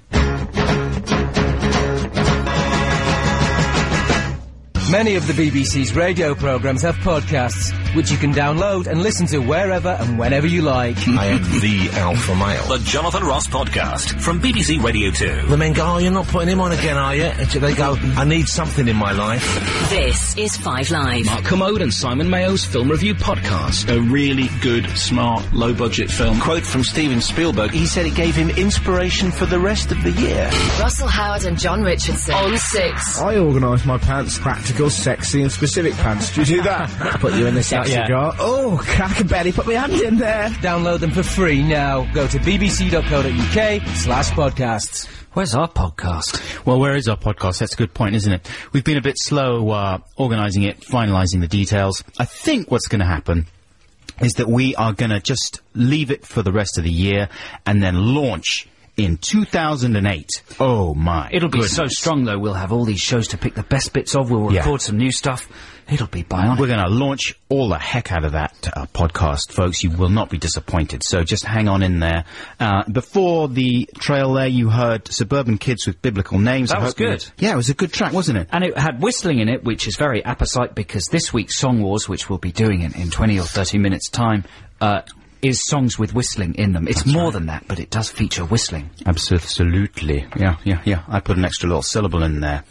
I: Many of the BBC's radio programmes have podcasts, which you can download and listen to wherever and whenever you like.
J: I am the alpha male.
K: The Jonathan Ross Podcast from BBC Radio 2.
J: The men go, oh, you're not putting him on again, are you? And they go, I need something in my life.
G: This is Five Live.
K: Mark Commode and Simon Mayo's Film Review Podcast. A really good, smart, low budget film.
J: Quote from Steven Spielberg. He said it gave him inspiration for the rest of the year.
G: Russell Howard and John Richardson on six.
L: I organise my pants, practical, sexy, and specific pants. Do you do that? put you in the sexy
I: Yeah.
L: jar. Oh, I can barely put my hand in there.
I: Download them for free now. Go to bbc.co.uk slash podcasts.
B: Where's our podcast?
A: Well, where is our podcast? That's a good point, isn't it? We've been a bit slow uh, organising it, finalising the details. I think what's going to happen is that we are going to just leave it for the rest of the year and then launch in 2008. Oh my.
B: It'll be
A: goodness.
B: so strong though. We'll have all these shows to pick the best bits of. We'll record
A: Yeah.
B: some new stuff. It'll be bionic.
A: We're going to launch all the heck out of that uh, podcast, folks. You will not be disappointed. So just hang on in there. Uh, before the trail there, you heard Suburban Kids with Biblical Names.
B: That
A: I
B: was
A: hope you-
B: good.
A: yeah, it was a good track, wasn't it?
B: And it had whistling in it, which is very apposite because this week's Song Wars, which we'll be doing in, in 20 or 30 minutes' time, uh, is songs with whistling in them. It's more than that, but it does feature whistling.
A: Absolutely. Yeah, yeah, yeah. I put an extra little syllable in there.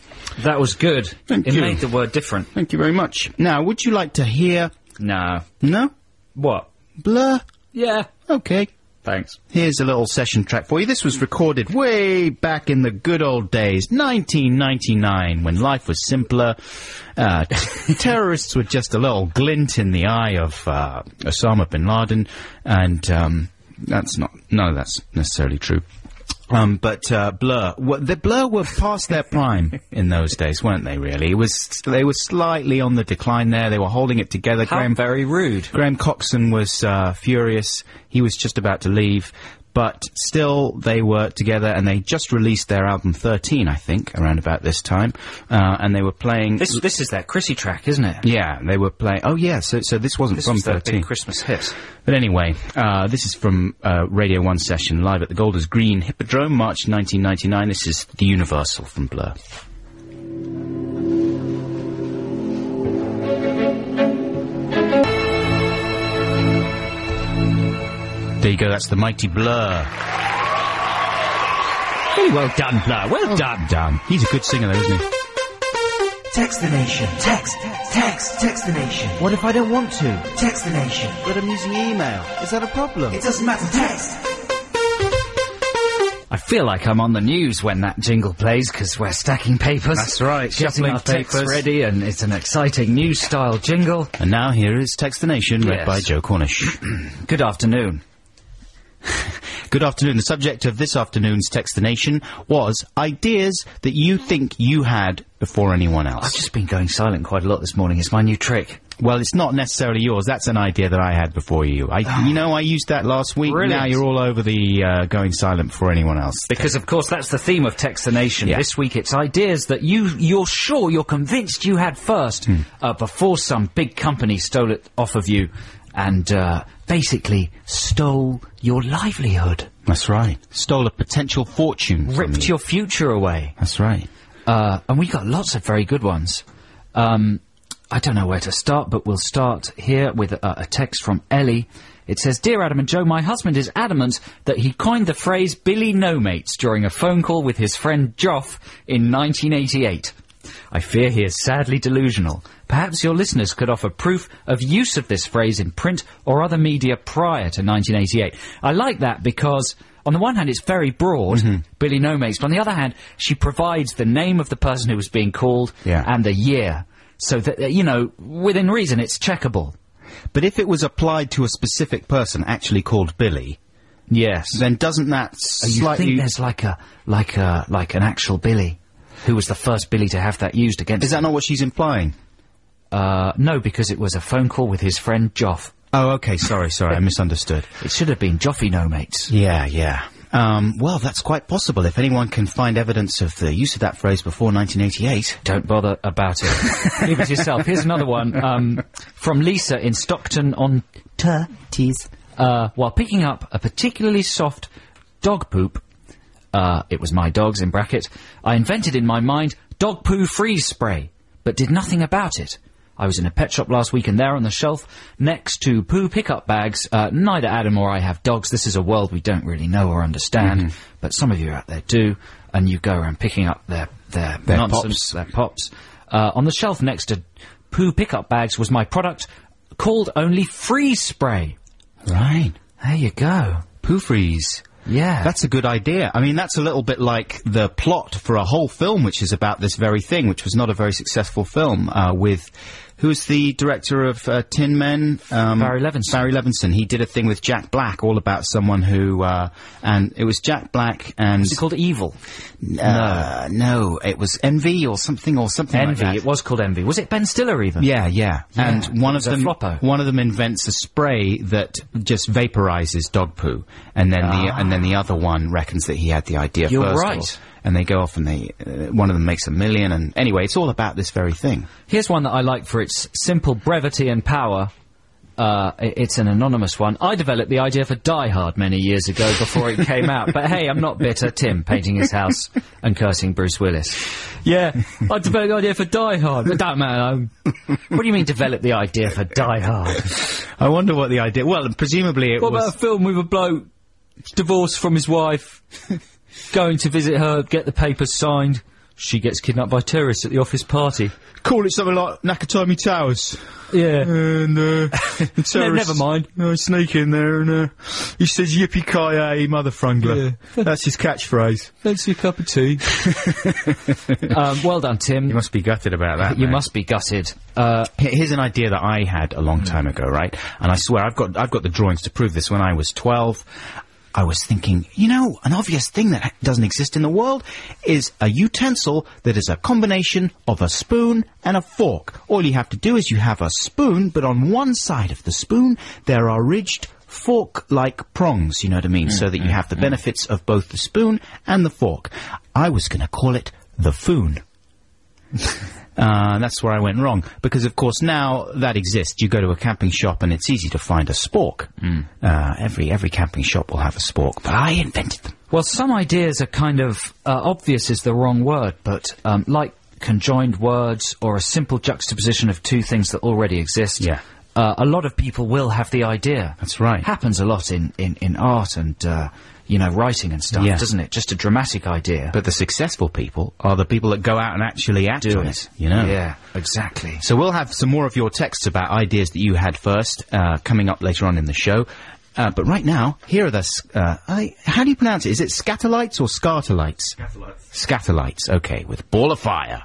B: That was good.
A: Thank
B: it
A: you.
B: made the word different.
A: Thank you very much. Now, would you like to hear.
B: No.
A: No?
B: What?
A: Blur?
B: Yeah.
A: Okay.
B: Thanks.
A: Here's a little session track for you. This was recorded way back in the good old days, 1999, when life was simpler. Uh, t- terrorists were just a little glint in the eye of uh, Osama bin Laden, and um, that's not no, that's necessarily true. Um, but uh, Blur, wa- the Blur were past their prime in those days, weren't they? Really, it was they were slightly on the decline there. They were holding it together.
B: How
A: Graham
B: very rude.
A: Graham Coxon was uh, furious. He was just about to leave, but still they were together and they just released their album 13, I think, around about this time, uh, and they were playing.
B: This this is their Chrissy track, isn't it?
A: Yeah, they were playing. Oh yeah, so so this wasn't
B: This
A: from
B: was their
A: 13.
B: big Christmas hit.
A: But anyway, uh, this is from uh, Radio 1 session live at the Golders Green Hippodrome, March 1999. This is The Universal from Blur. There you go, that's the mighty Blur. Really well done, Blur. Well done. Done. He's a good singer, though, isn't he?
C: Text the nation. Text, text, text the nation.
A: What if I don't want to?
C: Text the nation.
A: But I'm using email. Is that a problem?
C: It doesn't matter. Text.
B: I feel like I'm on the news when that jingle plays because we're stacking papers.
A: That's right,
B: getting
A: shuffling
B: our texts
A: papers.
B: ready, and it's an exciting news style jingle.
A: And now here is Text the Nation, read
B: Yes.
A: by Joe Cornish.
B: Good afternoon.
A: Good afternoon. The subject of this afternoon's Text the Nation was ideas that you think you had before anyone else. I've
B: just been going silent quite a lot this morning. It's my new trick.
A: Well, it's not necessarily yours. That's an idea that I had before you. I, you know, I used that last week.
B: Brilliant.
A: Now you're all over the uh, going silent before anyone else.
B: Because of course that's the theme of Text the Nation. This week it's ideas that you you're sure you're convinced you had first
A: Hmm.
B: uh, before some big company stole it off of you and uh, basically stole your livelihood,
A: That's right. Stole a potential fortune. from
B: ripped
A: you.
B: your future away.
A: Hmm. That's right.
B: Uh, and we got lots of very good ones. Um, I don't know where to start, but we'll start here with uh, a, a text from Ellie. It says, Dear Adam and Joe, my husband is adamant that he coined the phrase Billy No Mates during a phone call with his friend Joff in 1988. I fear he is sadly delusional. Perhaps your listeners could offer proof of use of this phrase in print or other media prior to 1988. I like that because, on the one hand, it's very broad, Billy No Mates, but on the other hand, she provides the name of the person who was being called
A: Yeah.
B: and the year. So that, uh, you know, within reason, it's checkable.
A: But if it was applied to a specific person, actually called Billy,
B: yes,
A: then doesn't that
B: You
A: slightly
B: think there's like a, like a, like an actual Billy who was the first Billy to have that used against
A: is that not what she's implying?
B: Uh, no, because it was a phone call with his friend Joff.
A: Oh, okay. Sorry, sorry. I misunderstood.
B: It should have been Joffy No Mates.
A: Yeah, yeah. Um, well, that's quite possible. If anyone can find evidence of the use of that phrase before 1988,
B: Don't bother about it. Leave it to yourself. Here's another one um, from Lisa in Stockton on Turties. Uh, while picking up a particularly soft dog poop, uh, it was my dog's in bracket, I invented in my mind dog poo freeze spray, but did nothing about it. I was in a pet shop last week and there on the shelf, next to poo pickup bags, uh, neither Adam or I have dogs. This is a world we don't really know or understand,
A: Mm-hmm.
B: but some of you out there do, and you go around picking up their, their,
A: Their pops.
B: nonsense, their pops. Uh, on the shelf next to poo pickup bags was my product called only freeze spray.
A: right?
B: There you go.
A: Poo freeze.
B: Yeah.
A: That's a good idea. I mean, that's a little bit like the plot for a whole film, which is about this very thing, which was not a very successful film. Uh, with who's the director of uh, Tin Men? Um,
B: Barry Levinson.
A: Barry Levinson. He did a thing with Jack Black, all about someone who, uh, and it was Jack Black and
B: it's called evil.
A: uh, no. it was Envy or something or something. like
B: Envy.
A: that.
B: It was called Envy. Was it Ben Stiller even?
A: Yeah, yeah, And one of
B: was a
A: them,
B: floppo.
A: one of them invents a spray that just vaporizes dog poo, and then the and then the other one reckons that he had the idea
B: You're
A: first. or-
B: right.
A: and they go off and they uh, one of them makes a million. And anyway, it's all about this very thing.
B: Here's one that I like for its simple brevity and power. Uh, i- it's an anonymous one. I developed the idea for Die Hard many years ago before it came out. But hey, I'm not bitter. Tim painting his house and cursing Bruce Willis. Yeah, I developed the idea for Die Hard. But that man, I'm- what do you mean develop the idea for Die Hard?
A: I wonder what the idea. Well, presumably it
B: What
A: was.
B: about a film with a bloke divorced from his wife, going to visit her, get the papers signed? She gets kidnapped by terrorists at the office party.
A: call it something like Nakatomi Towers.
B: Yeah.
A: And uh, the
B: terrorists- never mind.
A: I sneak in there and uh, he says "Yippee ki yay, mother frungler." That's his catchphrase.
B: Fancy a cup of tea. um, well done, Tim.
A: You must be gutted about that.
B: You
A: mate.
B: must be gutted. Uh,
A: Here- Here's an idea that I had a long time ago, right? And I swear I've got I've got the drawings to prove this. When I was 12, I was thinking, you know, an obvious thing that doesn't exist in the world is a utensil that is a combination of a spoon and a fork. All you have to do is you have a spoon, but on one side of the spoon there are ridged fork-like prongs, you know what I mean? so that you have the benefits of both the spoon and the fork. I was going to call it the foon. Uh, that's where I went wrong because, of course, now that exists. You go to a camping shop and it's easy to find a spork.
B: Mm.
A: Uh, every every camping shop will have a spork, but I invented them.
B: Well, some ideas are kind of uh, obvious is the wrong word, but um, like conjoined words or a simple juxtaposition of two things that already exist. Yeah. Uh, a lot of people will have the idea. That's right. Happens a lot in, in, in art and, uh, you know, writing and stuff,
A: Yeah.
B: doesn't it? Just a dramatic idea.
A: But the successful people are the people that go out and actually act
B: Do
A: on
B: it.
A: it. You know.
B: Yeah, exactly.
A: So we'll have some more of your texts about ideas that you had first uh, coming up later on in the show. Uh, but right now, here are the. s- Uh, I, how do you pronounce it? Is it scatterlights or scartolites? Scatterlights. Scatterlights. Okay, with ball of fire.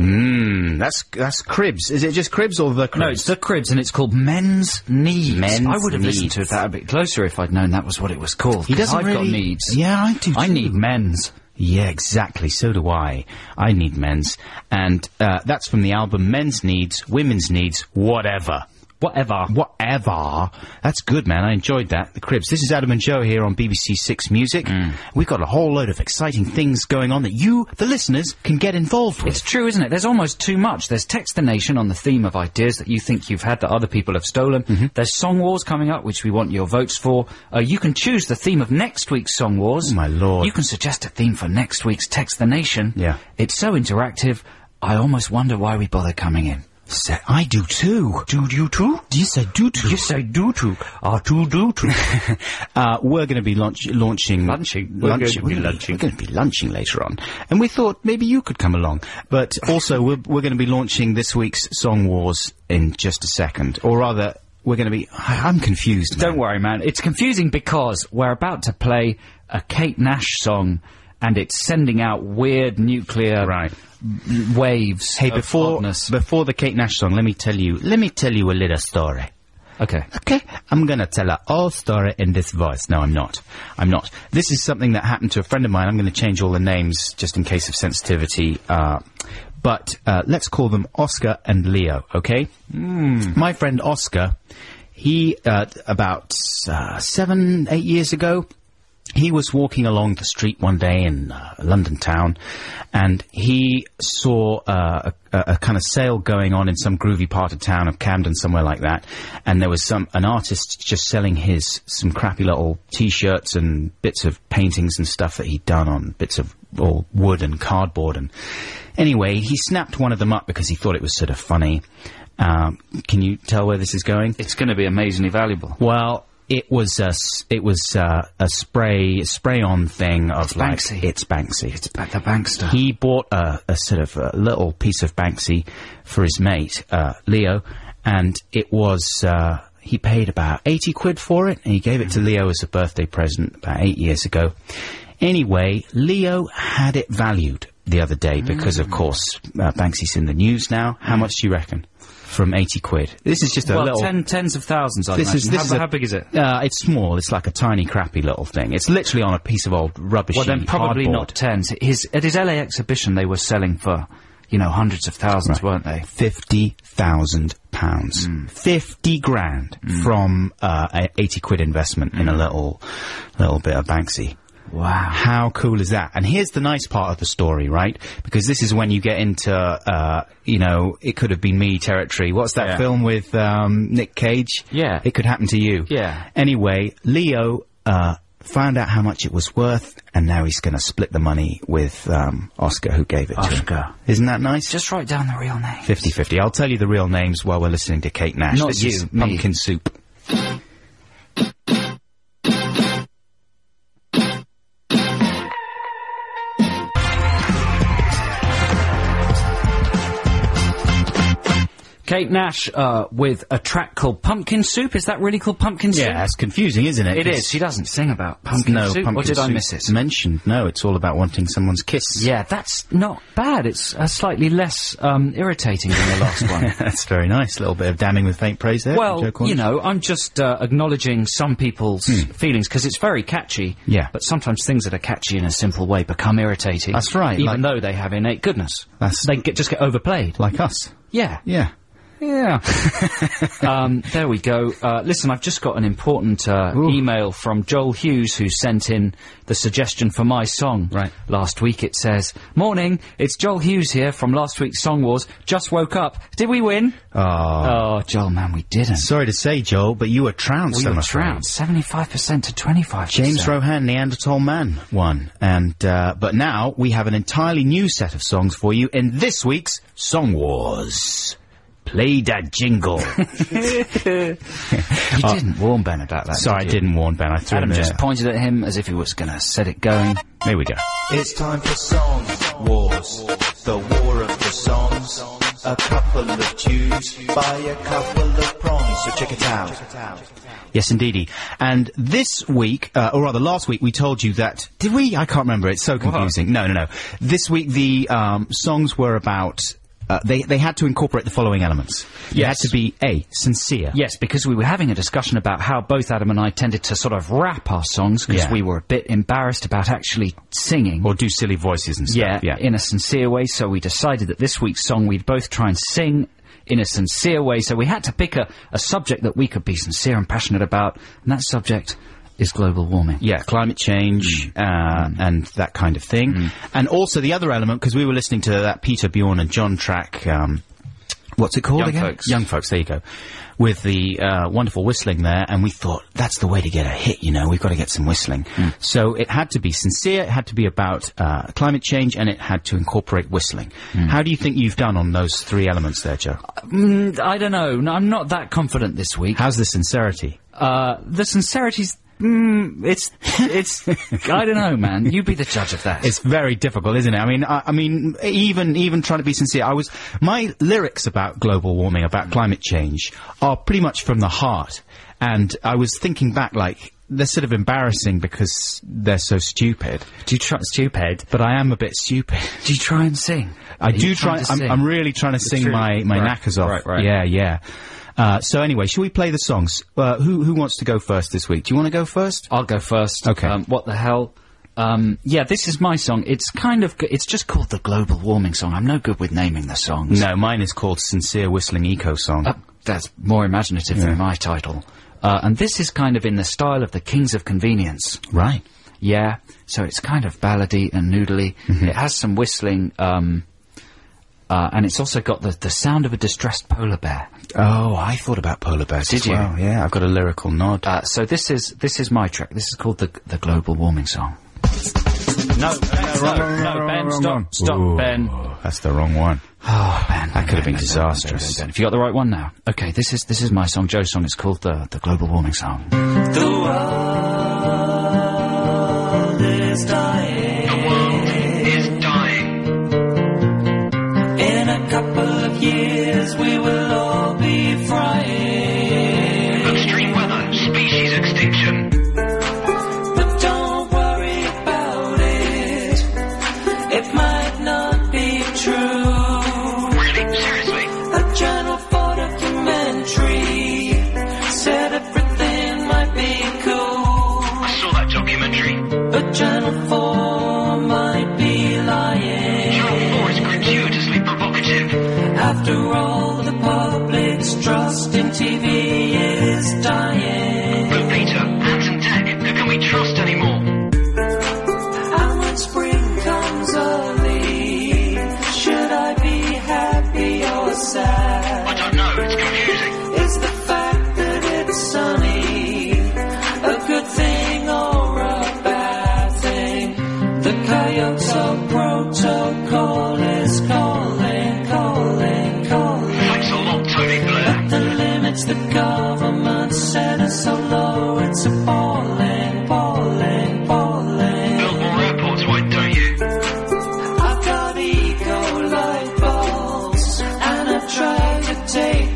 A: Mmm, that's that's cribs. Is it just cribs or the cribs?
B: No, it's the cribs, and it's called Men's Needs.
A: Men's
B: I would have listened to
A: Needs.
B: that a bit closer if I'd known that was what it was called.
A: He
B: 'cause
A: doesn't
B: I've
A: really.
B: got needs.
A: Yeah, I do.
B: I
A: too.
B: need men's.
A: Yeah, exactly. So do I. I need men's, and uh, that's from the album Men's Needs, Women's Needs, whatever.
B: Whatever.
A: Whatever. That's good, man. I enjoyed that. The Cribs. This is Adam and Joe here on BBC Six Music. We've got a whole load of exciting things going on that you, the listeners, can get involved with.
B: It's true, isn't it? There's almost too much. There's Text the Nation on the theme of ideas that you think you've had that other people have stolen. There's Song Wars coming up, which we want your votes for. Uh, you can choose the theme of next week's Song Wars. Oh, my lord. You can suggest a theme for next week's Text the Nation. Yeah. It's so interactive, I almost wonder why we bother coming in.
A: I do too. Do you too? Yes, I do too. Yes, I do too. I do do too. uh, we're going to be launch- launching. Lunching.
M: We're
A: lunching.
M: going to be
A: lunching. We're going to be lunching later on. And we thought maybe you could come along. But also, we're, we're going to be launching this week's Song Wars in just a second. Or rather, we're going to be. I- I'm confused.
B: Don't worry, man. It's confusing because we're about to play a Kate Nash song, and it's sending out weird nuclear w- waves.
A: Hey,
B: of
A: before
B: oddness.
A: before the Kate Nash song, let me tell you let me tell you a little story.
B: Okay.
A: Okay. I'm gonna tell a whole story in this voice. No, I'm not. I'm not. This is something that happened to a friend of mine. I'm gonna change all the names just in case of sensitivity. Uh, but uh, let's call them Oscar and Leo. Okay.
B: Hmm.
A: My friend Oscar, he uh, about uh, seven eight years ago he was walking along the street one day in uh, London town, and he saw uh, a, a, a kind of sale going on in some groovy part of town of Camden, somewhere like that. And there was some an artist just selling his some crappy little T-shirts and bits of paintings and stuff that he'd done on bits of all wood and cardboard. And anyway, he snapped one of them up because he thought it was sort of funny. Um, can you tell where this is going?
B: It's going to be amazingly valuable.
A: Well, it was a s- it was uh, a spray spray on thing of like it's Banksy. It's
B: ba- the Bankster.
A: He bought a, a sort of a little piece of Banksy for his mate uh, Leo, and it was. Uh, he paid about 80 quid for it and he gave it to Leo as a birthday present about eight years ago. Anyway, Leo had it valued the other day because,
B: Mm.
A: of course, uh, Banksy's in the news now. How much do you reckon from 80 quid? This is just a
B: well,
A: little.
B: ten, tens of thousands. I
A: This is-
B: imagine.
A: this
B: how,
A: is a-
B: how big is it?
A: Uh, it's small. It's like a tiny, crappy little thing. It's literally on a piece of old rubbish.
B: Well, then probably not tens. His at his LA exhibition, they were selling for, you know, hundreds of thousands, weren't they?
A: Fifty thousand pounds,
B: Hmm.
A: fifty grand from uh, a eighty quid investment in a little, little bit of Banksy.
B: Hmm. Wow.
A: How cool is that? And here's the nice part of the story, right? Because this is when you get into, uh, you know, it could have been me territory. What's that
B: Yeah.
A: film with um, Nick Cage?
B: Yeah.
A: It could happen to you.
B: Yeah.
A: Anyway, Leo uh, found out how much it was worth, and now he's going to split the money with um, Oscar, who gave it to him.
B: Oscar.
A: Isn't that nice?
B: Just write down the real name.
A: 50 50. I'll tell you the real names while we're listening to Kate Nash.
B: Not
A: this
B: you,
A: is
B: me.
A: Pumpkin Soup.
B: Kate Nash uh, with a track called Pumpkin Soup. Is that really called Pumpkin Soup?
A: Yeah, it's confusing, isn't it?
B: It
A: 'Cause
B: is. She doesn't sing about pumpkin
A: no,
B: soup.
A: Pumpkin
B: or did I
A: soup
B: miss it?
A: Mentioned. No, it's all about wanting someone's kiss.
B: Yeah, that's not bad. It's uh, slightly less um, irritating than the last one.
A: That's very nice. A little bit of damning with faint praise there. from
B: well,
A: Joe Cornish. Hmm.
B: you know, I'm just uh, acknowledging some people's feelings because it's very catchy.
A: Yeah.
B: But sometimes things that are catchy in a simple way become irritating.
A: That's right,
B: Even though they have innate goodness.
A: That's-
B: they get, just get overplayed.
A: like us.
B: Yeah.
A: Yeah.
B: Yeah. um, there we go. Uh, listen, I've just got an important uh, email from Joel Hughes who sent in the suggestion for my song right. last week. It says, Morning, it's Joel Hughes here from last week's Song Wars. Just woke up. Did we win?
A: Oh.
B: Oh, Joel, man, we didn't.
A: Sorry to say, Joel, but you were trounced.
B: we were
A: I'm afraid.
B: trounced. 75% to 25%.
A: James Rohan, Neanderthal Man, won. And uh, but now we have an entirely new set of songs for you in this week's Song Wars. Play that jingle.
B: You
A: Oh.
B: didn't warn Ben about that.
A: Sorry,
B: did
A: I
B: you?
A: didn't warn Ben. I threw
B: Adam
A: him
B: just
A: a-
B: pointed at him as if he was going to set it going.
A: There we go.
C: It's time for song wars, the war of the songs. A couple of tunes by a couple of prongs. So check it out.
A: Yes, indeedy. And this week, uh, or rather last week, we told you that did we? I can't remember. It's so confusing. No, no, no. This week the um, songs were about. Uh, they they had to incorporate the following elements. You had
B: Yes.
A: to be a sincere.
B: Yes, because we were having a discussion about how both Adam and I tended to sort of rap our songs because
A: Yeah.
B: we were a bit embarrassed about actually singing.
A: Or do silly voices and
B: yeah,
A: stuff.
B: in a sincere way. So we decided that this week's song we'd both try and sing in a sincere way. So we had to pick a, a subject that we could be sincere and passionate about, and that subject is global warming.
A: Yeah, climate
B: Mm.
A: change uh, and that kind of thing. And also the other element, because we were listening to that Peter Bjorn and John track. Um, what's it called
B: Young
A: again?
B: Folks.
A: Young folks. There you go. With the uh, wonderful whistling there, and we thought that's the way to get a hit. You know, we've got to get some whistling.
B: Mm.
A: So it had to be sincere. It had to be about uh, climate change, and it had to incorporate whistling. How do you think you've done on those three elements there, Joe?
B: Mm, I don't know. No, I'm not that confident this week.
A: How's the sincerity?
B: Uh, the sincerity's. Mm, it's. It's. I don't know, man. You be the judge of that.
A: It's very difficult, isn't it? I mean, I, I mean, even even trying to be sincere, I was my lyrics about global warming, about climate change, are pretty much from the heart, and I was thinking back, like they're sort of embarrassing because they're so stupid.
B: Do you try stupid?
A: But I am a bit stupid.
B: Do you try and sing?
A: I
B: Are you
A: do
B: trying
A: try.
B: to
A: I'm,
B: sing?
A: I'm really trying to sing
B: true.
A: my my
B: Right,
A: knackers off.
B: right, right.
A: Yeah, yeah. Uh, so anyway, shall we play the songs? Uh, who who wants to go first this week? Do you want to go first?
B: I'll go first.
A: Okay.
B: Um, what the hell? Um, yeah, this is my song. It's kind of. g- It's just called the global warming song. I'm no good with naming the songs.
A: No, mine is called "Sincere Whistling Eco Song."
B: Uh, that's more imaginative than my title. Uh, and this is kind of in the style of the Kings of Convenience.
A: right.
B: Yeah. So it's kind of ballady and noodly. It has some whistling. Um, uh, and it's also got the, the sound of a distressed polar bear.
A: Oh, I thought about polar bears.
B: Did
A: as
B: you?
A: Well. Yeah, I've got a lyrical nod.
B: Uh, so this is this is my track. This is called the the global warming song. No, no, no, no, Ben, stop, stop,
A: Ooh,
B: Ben.
A: That's the wrong one.
B: Oh, Ben, that
A: could have been disastrous.
B: If you got the right one now, okay. This is this is my song, Joe's song. It's called the the global warming song.
D: The world is dying. The world is dying. In a couple of years, we will all be frying. Extreme weather, species extinction. But don't worry about it. It might not be true. Really? Seriously? A Channel 4 documentary said everything might be cool. I saw that documentary. But Channel 4 might be lying. Channel 4 is gratuitously provocative. After all, the public's trust in TV is dying. But Peter, Hanson Tech, who can we trust anymore? And when spring comes early, should I be happy or sad? I don't know, it's confusing. Is the fact that it's sunny a good thing or a bad thing? The coyotes of protocol is calling, calling, calling. Thanks a lot, Tony Blair. But the limits the government set are so low, it's appalling, appalling, appalling. Build more airports, why don't you? I've got ego like balls, and I've tried to take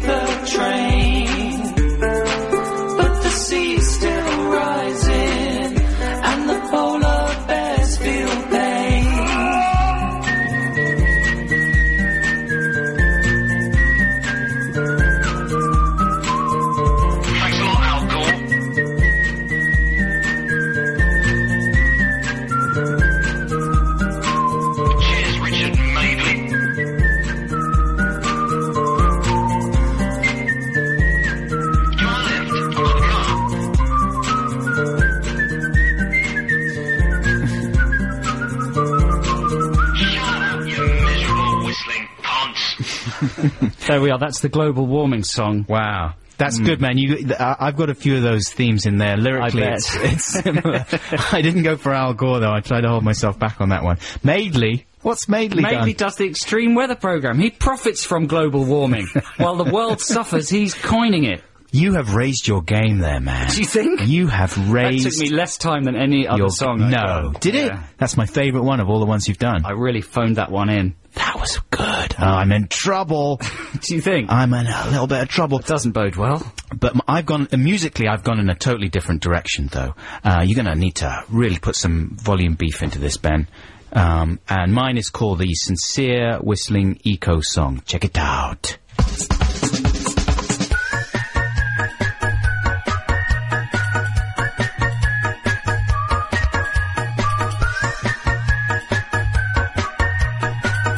B: There we are. That's the global warming song.
A: Wow. That's
B: Mm.
A: good, man. You, th- I- I've got a few of those themes in there lyrically.
B: bet.
A: It's, it's similar. I didn't go for Al Gore though. I tried to hold myself back on that one. Madeley, what's Madeley,
B: Madeley
A: done?
B: does the extreme weather program. He profits from global warming. While the world suffers, he's coining it.
A: You have raised your game there, man.
B: Do you think?
A: You have
B: That
A: raised
B: took me less time than any other
A: your
B: song. I
A: No,
B: got.
A: did it?
B: Yeah.
A: That's my favourite one of all the ones you've done.
B: I really phoned that one in.
A: That was good. I'm in trouble.
B: Do you think?
A: I'm in a little bit of trouble. It
B: doesn't bode well.
A: But m- I've gone uh, musically. I've gone in a totally different direction, though. Uh, you're going to need to really put some volume beef into this, Ben. Um, and mine is called the Sincere Whistling Eco Song. Check it out.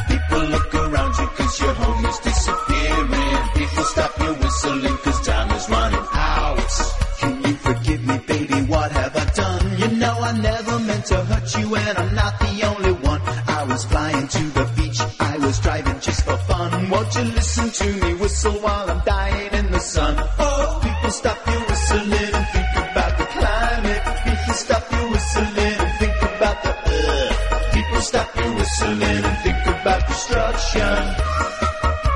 C: People look around you cause your home is disappearing. People stop you whistling cause time is running out. Can you forgive me, baby? What have I done? You know I never meant to hurt you and I'm not the only one. I was flying to the beach. I was driving just for fun. Won't you listen to me whistle while I'm dying in the sun? Oh, people stop you whistling and think about the climate. People stop you whistling and think about the earth. People stop you whistling and think about destruction.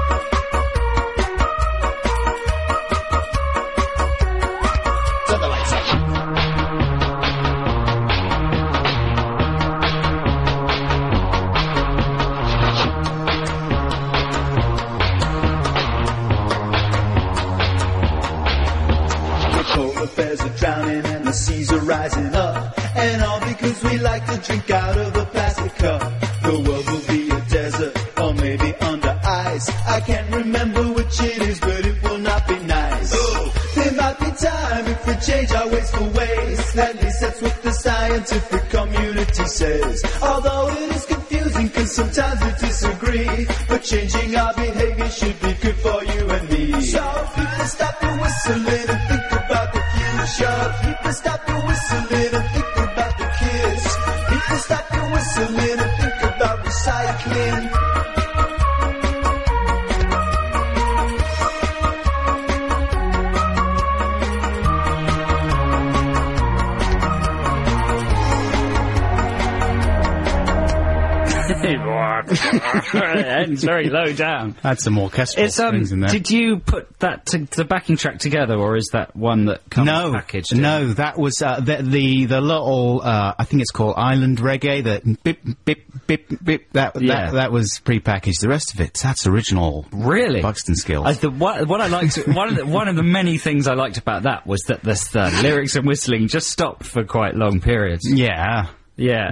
C: Turn the lights out. The polar bears are drowning and the seas are rising up. And all because we like to drink out of a plastic cup. The world will be a desert or maybe under ice. I can't remember which it is, but it will not be nice. There might be time if we change our ways for ways. At least that's what the scientific community says. Although it is confusing because sometimes we disagree. But changing our behavior should be good for you and me. So people stop your whistling and think about the future. People stop your whistling and think about the kids. People stop your whistling and think about recycling.
B: It's very low down.
A: Had some orchestral
B: It's um.
A: strings in there.
B: Did you put that to the backing track together, or is that one that comes
A: no,
B: packaged? in?
A: no, that was uh, the, the the little uh, I think it's called Island Reggae. That bip bip bip bip. That
B: Yeah.
A: that, that was prepackaged. The rest of it, that's original.
B: Really,
A: Buxton skills.
B: I, the, what, what I liked, one of the, one of the many things I liked about that was that the, the lyrics and whistling just stopped for quite long periods.
A: Yeah.
B: Yeah,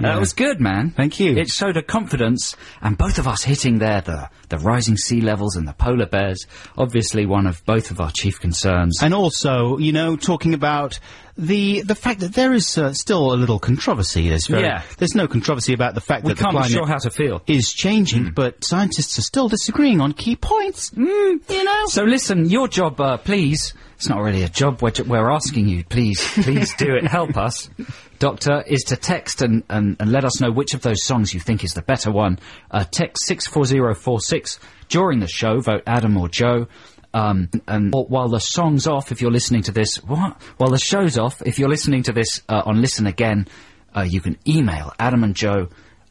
A: Yeah.
B: that was good, man.
A: Thank you.
B: It showed a confidence, and both of us hitting there the the rising sea levels and the polar bears, obviously one of both of our chief concerns.
A: And also, you know, talking about the the fact that there is uh, still a little controversy. There's very,
B: Yeah.
A: there's no controversy about the fact
B: We
A: that the
B: can't be
A: climate
B: sure how Hmm. to feel.
A: is changing, but scientists are still disagreeing on key points. you know.
B: So listen, your job, uh, please. It's not really a job. We're, ju- we're asking you, please, please do it. Help us, Doctor. Is to text and, and, and let us know which of those songs you think is the better one. Uh, text six four zero four six during the show. Vote Adam or Joe. Um, and or, while the song's off, if you're listening to this, what? While the show's off, if you're listening to this uh, on Listen Again, uh, you can email Adam and Joe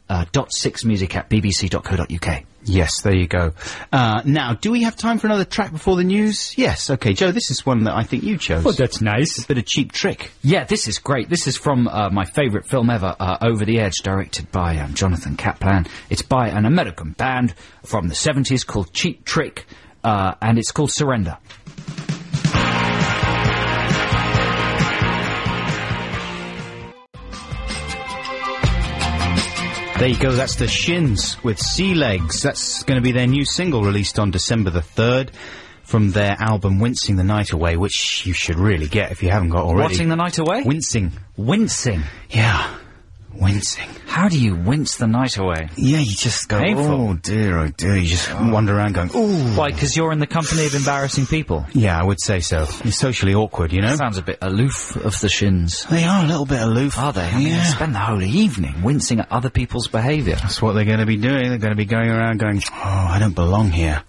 B: uh, dot six music at bbc.co.uk.
A: Yes, there you go. Uh, now, do we have time for another track before the news? Yes. Okay, Joe. This is one that I think you chose.
B: Well, that's nice.
A: a bit of cheap trick.
B: Yeah, this is great. This is from uh, my favourite film ever, uh, Over the Edge, directed by um, Jonathan Kaplan. It's by an American band from the 70s called Cheap Trick, uh, and it's called Surrender.
A: There you go. That's the Shins with Sea Legs. That's going to be their new single released on December the third from their album Wincing the Night Away, which you should really get if you haven't got already.
B: Watching the night away?
A: Wincing.
B: Wincing.
A: Yeah. Wincing.
B: How do you wince the night away?
A: Yeah, you just go,
B: Painful.
A: oh dear, oh dear. You just wander around going, ooh.
B: Why? Because you're in the company of embarrassing people.
A: Yeah, I would say so. It's socially awkward, you know?
B: Sounds a bit aloof of the shins.
A: They are a little bit aloof.
B: Are they? I mean,
A: Yeah.
B: they spend the whole evening wincing at other people's behaviour.
A: That's what they're going to be doing. They're going to be going around going, oh, I don't belong here.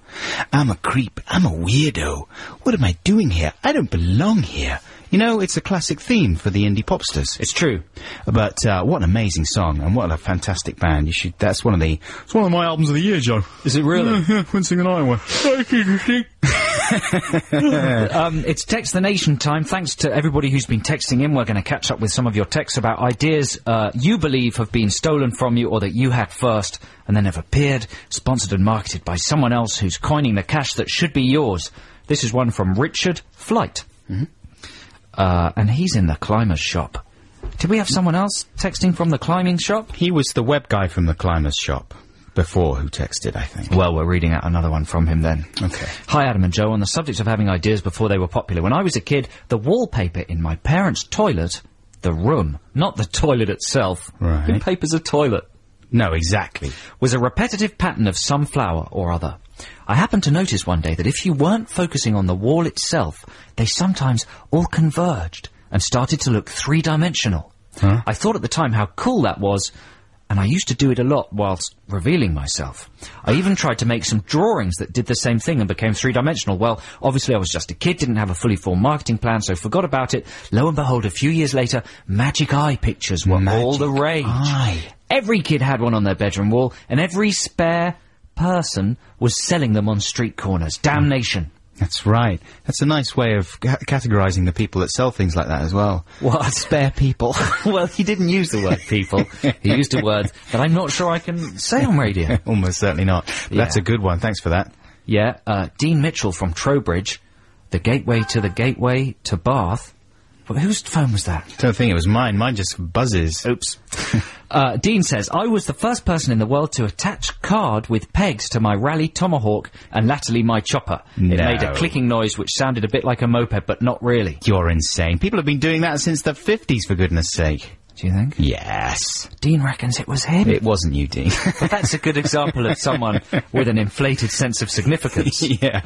A: I'm a creep. I'm a weirdo. What am I doing here? I don't belong here. You know, it's a classic theme for the indie popsters.
B: It's true.
A: But uh, what an amazing song and what a fantastic band. You should. That's one of the. It's one of my albums of the year, Joe.
B: Is it really?
A: Yeah, yeah, Wincing and Iowa.
B: um, it's Text the Nation time. Thanks to everybody who's been texting in. We're going to catch up with some of your texts about ideas uh, you believe have been stolen from you or that you had first and then have appeared, sponsored and marketed by someone else who's coining the cash that should be yours. This is one from Richard Flight. Mm-hmm. Uh, and he's in the climber's shop. Did we have someone else texting from the climbing shop?
A: He was the web guy from the climber's shop before who texted, I think.
B: Well, we're reading out another one from him then.
A: Okay.
B: Hi, Adam and Joe. On the subject of having ideas before they were popular, when I was a kid, the wallpaper in my parents' toilet, the room, not the toilet itself.
A: Right.
B: Who papers a toilet?
A: No, exactly.
B: Was a repetitive pattern of some flower or other. I happened to notice one day that if you weren't focusing on the wall itself, they sometimes all converged and started to look three dimensional.
A: Huh?
B: I thought at the time how cool that was, and I used to do it a lot whilst revealing myself. I even tried to make some drawings that did the same thing and became three dimensional. Well, obviously I was just a kid, didn't have a fully formed marketing plan, so forgot about it. Lo and behold, a few years later, magic eye pictures were
A: Magic
B: all the rage.
A: eye.
B: Every kid had one on their bedroom wall, and every spare person was selling them on street corners. Damnation.
A: That's right. That's a nice way of ca- categorizing the people that sell things like that as well.
B: What?
A: Spare people.
B: well, he didn't use the word people. he used a word that I'm not sure I can say on radio.
A: Almost certainly not. But That's
B: Yeah.
A: a good one. Thanks for that.
B: Yeah, uh, Dean Mitchell from Trowbridge, the gateway to the gateway to Bath. But whose phone was that?
A: Don't think it was mine. Mine just buzzes.
B: Oops. uh, Dean says, I was the first person in the world to attach card with pegs to my rally tomahawk and latterly my chopper. It
A: No.
B: made a clicking noise which sounded a bit like a moped, but not really.
A: You're insane. People have been doing that since the 50s, for goodness sake.
B: Do you think?
A: Yes.
B: Dean reckons it was him.
A: It wasn't you, Dean.
B: but that's a good example of someone with an inflated sense of significance,
A: yeah.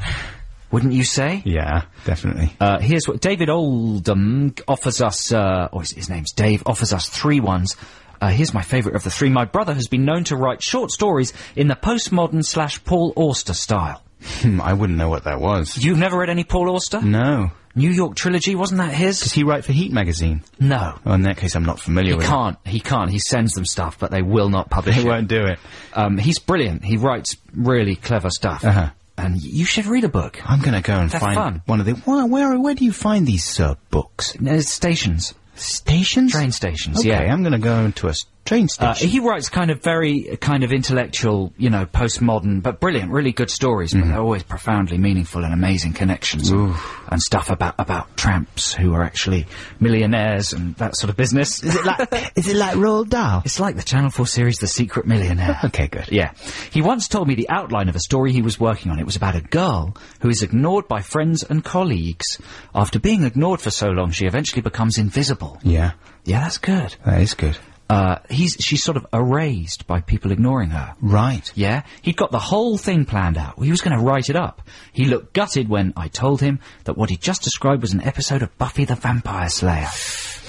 B: wouldn't you say?
A: Yeah, definitely.
B: Uh, here's what David Oldham offers us, uh, or his, his name's Dave, offers us three ones. Uh, here's my favourite of the three. My brother has been known to write short stories in the postmodern slash Paul Auster style.
A: Hmm, I wouldn't know what that was.
B: You've never read any Paul Auster?
A: No.
B: New York trilogy, wasn't that
A: Does
B: his?
A: he write for Heat magazine?
B: No.
A: Well, in that case, I'm not familiar
B: He
A: with
B: can't. He can't. He sends them stuff, but they will not publish
A: it. He
B: it.
A: won't do it.
B: Um, he's brilliant. He writes really clever stuff.
A: Uh-huh.
B: And y- you should read a book.
A: I'm going to go and
B: They're
A: find
B: fun.
A: one of the. Where, where, where do you find these uh, books?
B: No, stations.
A: Stations?
B: Train stations,
A: Okay,
B: yeah.
A: I'm going to go into a s- train station.
B: Uh, he writes kind of very uh, kind of intellectual, you know, postmodern, but brilliant, really good stories.
A: Mm-hmm.
B: But they're always profoundly meaningful and amazing connections and, and stuff about about tramps who are actually millionaires and that sort of business. Is it like
A: Is it like Roald Dahl?
B: it's like the Channel 4 series The Secret Millionaire.
A: Okay, good.
B: Yeah. He once told me the outline of a story he was working on. It was about a girl who is ignored by friends and colleagues. After being ignored for so long, she eventually becomes invisible.
A: Yeah,
B: Yeah, that's good.
A: that is good.
B: Uh, he's, she's sort of erased by people ignoring her.
A: Right.
B: Yeah, he'd got the whole thing planned out. He was going to write it up. He looked gutted when I told him that what he just described was an episode of Buffy the Vampire Slayer.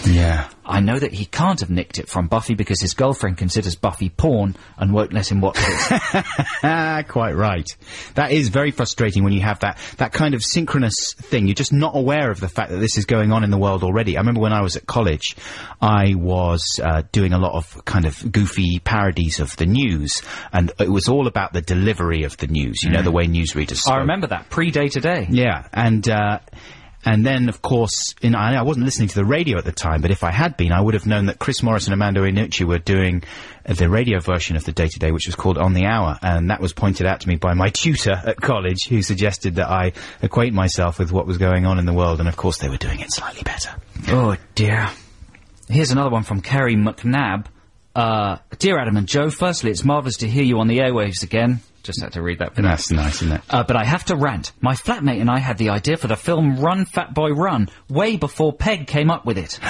A: Yeah.
B: I know that he can't have nicked it from Buffy because his girlfriend considers Buffy porn and won't let him watch it.
A: Ah, quite right. That is very frustrating when you have that, that kind of synchronous thing. You're just not aware of the fact that this is going on in the world already. I remember when I was at college, I was uh, doing a lot of kind of goofy parodies of the news, and it was all about the delivery of the news, you know, the way newsreaders
B: I
A: spoke.
B: remember that pre day to day.
A: Yeah, and uh, and then of course, in, I, I wasn't listening to the radio at the time, but if I had been, I would have known that Chris Morris and Amanda Inucci were doing uh, the radio version of the Day to Day, which was called On the Hour, and that was pointed out to me by my tutor at college, who suggested that I acquaint myself with what was going on in the world, and of course, they were doing it slightly better.
B: Oh dear. Here's another one from Kerry McNabb. Uh, dear Adam and Joe, firstly, it's marvellous to hear you on the airwaves again. Just had to read that. bit out.
A: That's nice, isn't it?
B: Uh, but I have to rant. My flatmate and I had the idea for the film Run Fat Boy Run way before Peg came up with it.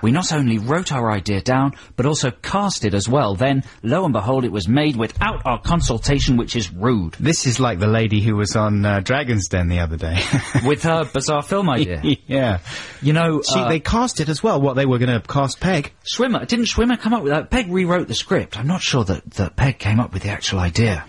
B: we not only wrote our idea down, but also cast it as well. Then, lo and behold, it was made without our consultation, which is rude.
A: This is like the lady who was on uh, Dragon's Den the other day.
B: With her bizarre film idea.
A: yeah,
B: You know,
A: she,
B: uh,
A: they cast it as well. What they were going to cast Peg. Hmm.
B: Schwimmer, didn't Schwimmer come up with that? Peg rewrote the script. I'm not sure that, that Peg came up with the actual idea.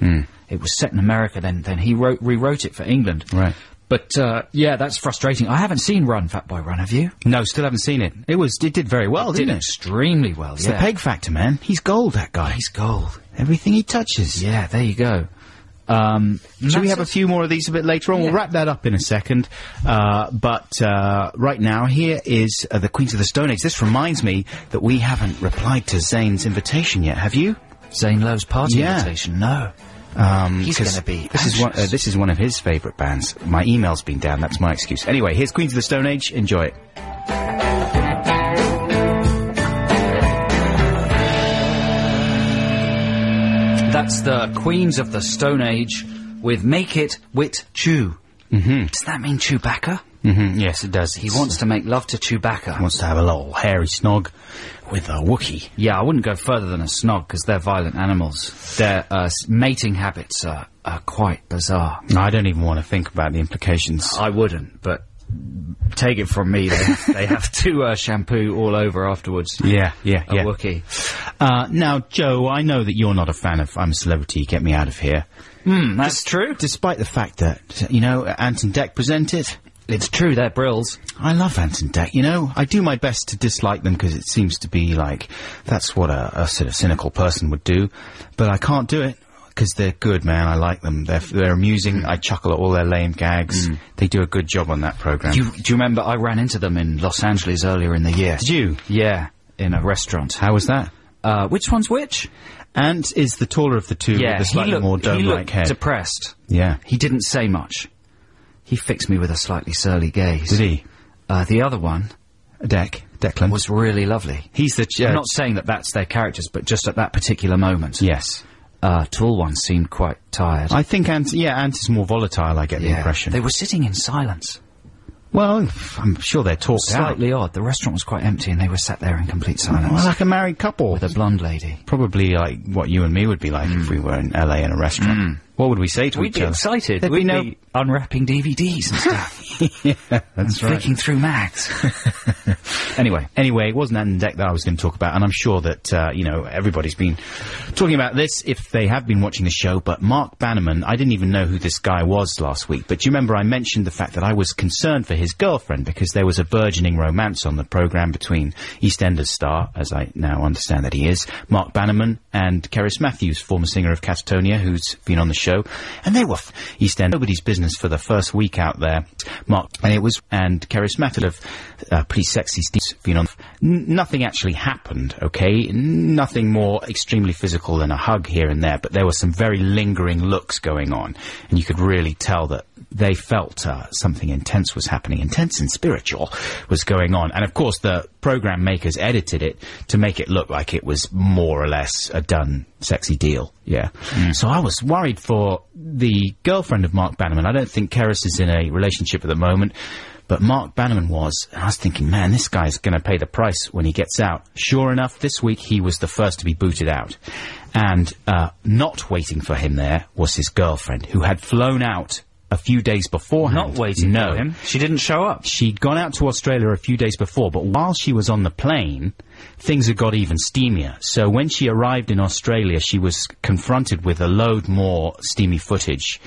B: It was set in America. Then then he wrote rewrote it for England.
A: Right.
B: But uh, yeah, that's frustrating. I haven't seen Run Fat Boy Run. Have you?
A: No, still haven't seen it. It was it did very well,
B: It
A: didn't
B: did
A: it?
B: extremely well.
A: It's
B: yeah.
A: the peg factor, man. He's gold. That guy.
B: He's gold.
A: Everything he touches.
B: Yeah, there you go. Um,
A: Should we
B: that's
A: have a
B: it.
A: few more of these a bit later on? We'll wrap that up in a second. Uh, but uh, right now, here is uh, the Queens of the Stone Age. This reminds me that we haven't replied to Zane's invitation yet. Have you?
B: Zane Lowe's party
A: Yeah.
B: invitation? No.
A: Um,
B: He's
A: 'cause
B: gonna be
A: This is one. Uh,
B: anxious.
A: this is one of his favourite bands. My email's been down. That's my excuse. Anyway, here's Queens of the Stone Age. Enjoy it.
B: That's the Queens of the Stone Age with Make It Wit Chew.
A: Mm-hmm.
B: Does that mean Chewbacca?
A: Mm-hmm. Yes, it does.
B: He wants to make love to Chewbacca.
A: wants to have a little hairy snog with a Wookiee.
B: Yeah, I wouldn't go further than a snog because they're violent animals. Their uh, s- mating habits are, are quite bizarre.
A: No, I don't even want to think about the implications.
B: I wouldn't, but take it from me, they, they have to uh, shampoo all over afterwards.
A: Yeah, yeah,
B: A
A: yeah.
B: Wookiee.
A: Uh, now, Joe, I know that you're not a fan of I'm a Celebrity, Get Me Out of Here.
B: Hmm, that's true.
A: Despite the fact that, you know, Anton Deck present it.
B: It's true, they're brills.
A: I love Anton Deck, you know. I do my best to dislike them because it seems to be like, that's what a, a sort of cynical person would do. But I can't do it because they're good, man. I like them. They're, they're amusing.
B: Mm.
A: I chuckle at all their lame gags. They do a good job on that program.
B: You, do you remember I ran into them in Los Angeles earlier in the year?
A: Did you?
B: Yeah, in a restaurant.
A: How was that?
B: Uh, which one's which?
A: Ant is the taller of the two with the slightly more
B: he
A: dome-like
B: looked
A: head.
B: depressed.
A: yeah.
B: He didn't say much. He fixed me with a slightly surly gaze.
A: Did he?
B: Uh, the other one
A: Deck. Declan.
B: was really lovely.
A: He's the... Uh,
B: I'm not saying that that's their characters, but just at that particular moment.
A: yes.
B: Uh, tall one seemed quite tired.
A: I think Ant, yeah, Ant is more volatile, I get the
B: Yeah.
A: impression.
B: They were sitting in silence.
A: well, I'm sure they're talked out.
B: Slightly odd. The restaurant was quite empty and they were sat there in complete silence.
A: Well, like a married couple.
B: with a blonde lady. Hmm.
A: Probably like what you and me would be like if we were in LA in a restaurant. What would we say to each other? There'd be
B: We'd
A: no-
B: be unwrapping DVDs and stuff.
A: That's right.
B: Flicking through mags. anyway.
A: Anyway, it wasn't Anton Deck that I was going to talk about, and I'm sure that, uh, you know, everybody's been talking about this if they have been watching the show, but Mark Bannerman, I didn't even know who this guy was last week, but do you remember I mentioned the fact that I was concerned for his girlfriend because there was a burgeoning romance on the programme between EastEnders star, as I now understand that he is, Mark Bannerman, and Keris Matthews, former singer of Catatonia, who's been on the show, and they were f- EastEnders, nobody's business for the first week out there, Mark, and it was, and Keris Matthews of uh, Pretty Sexy Steve's been on. N- nothing actually happened, okay? N- nothing more extremely physical than a hug here and there, but there were some very lingering looks going on, and you could really tell that they felt uh, something intense was happening, intense and spiritual was going on. And of course, the program makers edited it to make it look like it was more or less a done sexy deal. Yeah.
B: Mm.
A: So I was worried for the girlfriend of Mark Bannerman. I don't think Keris is in a relationship at the moment. But Mark Bannerman was, and I was thinking, man, this guy's going to pay the price when he gets out. Sure enough, this week he was the first to be booted out. And uh, not waiting for him there was his girlfriend, who had flown out a few days beforehand.
B: Not waiting
A: no.
B: for him. She didn't show up.
A: She'd gone out to Australia a few days before, but while she was on the plane, things had got even steamier. So when she arrived in Australia, she was confronted with a load more steamy footage.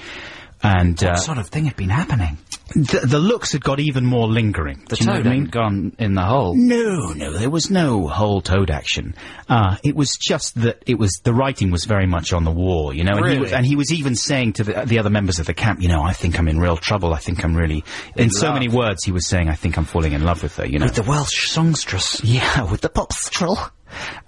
A: And uh,
B: That sort of thing had been happening.
A: th- the looks had got even more lingering.
B: The
A: Do you know
B: toad
A: what I mean?
B: ain't gone in the hole.
A: No, no, there was no whole toad action. Uh, it was just that it was the writing was very much on the wall, you know. And, he,
B: Really?
A: was, and he was even saying to the, the other members of the camp, you know, I think I'm in real trouble. I think I'm really, in, so
B: love.
A: many words, he was saying, I think I'm falling in love with her, you know.
B: With the Welsh songstress.
A: Yeah, with the popstrel.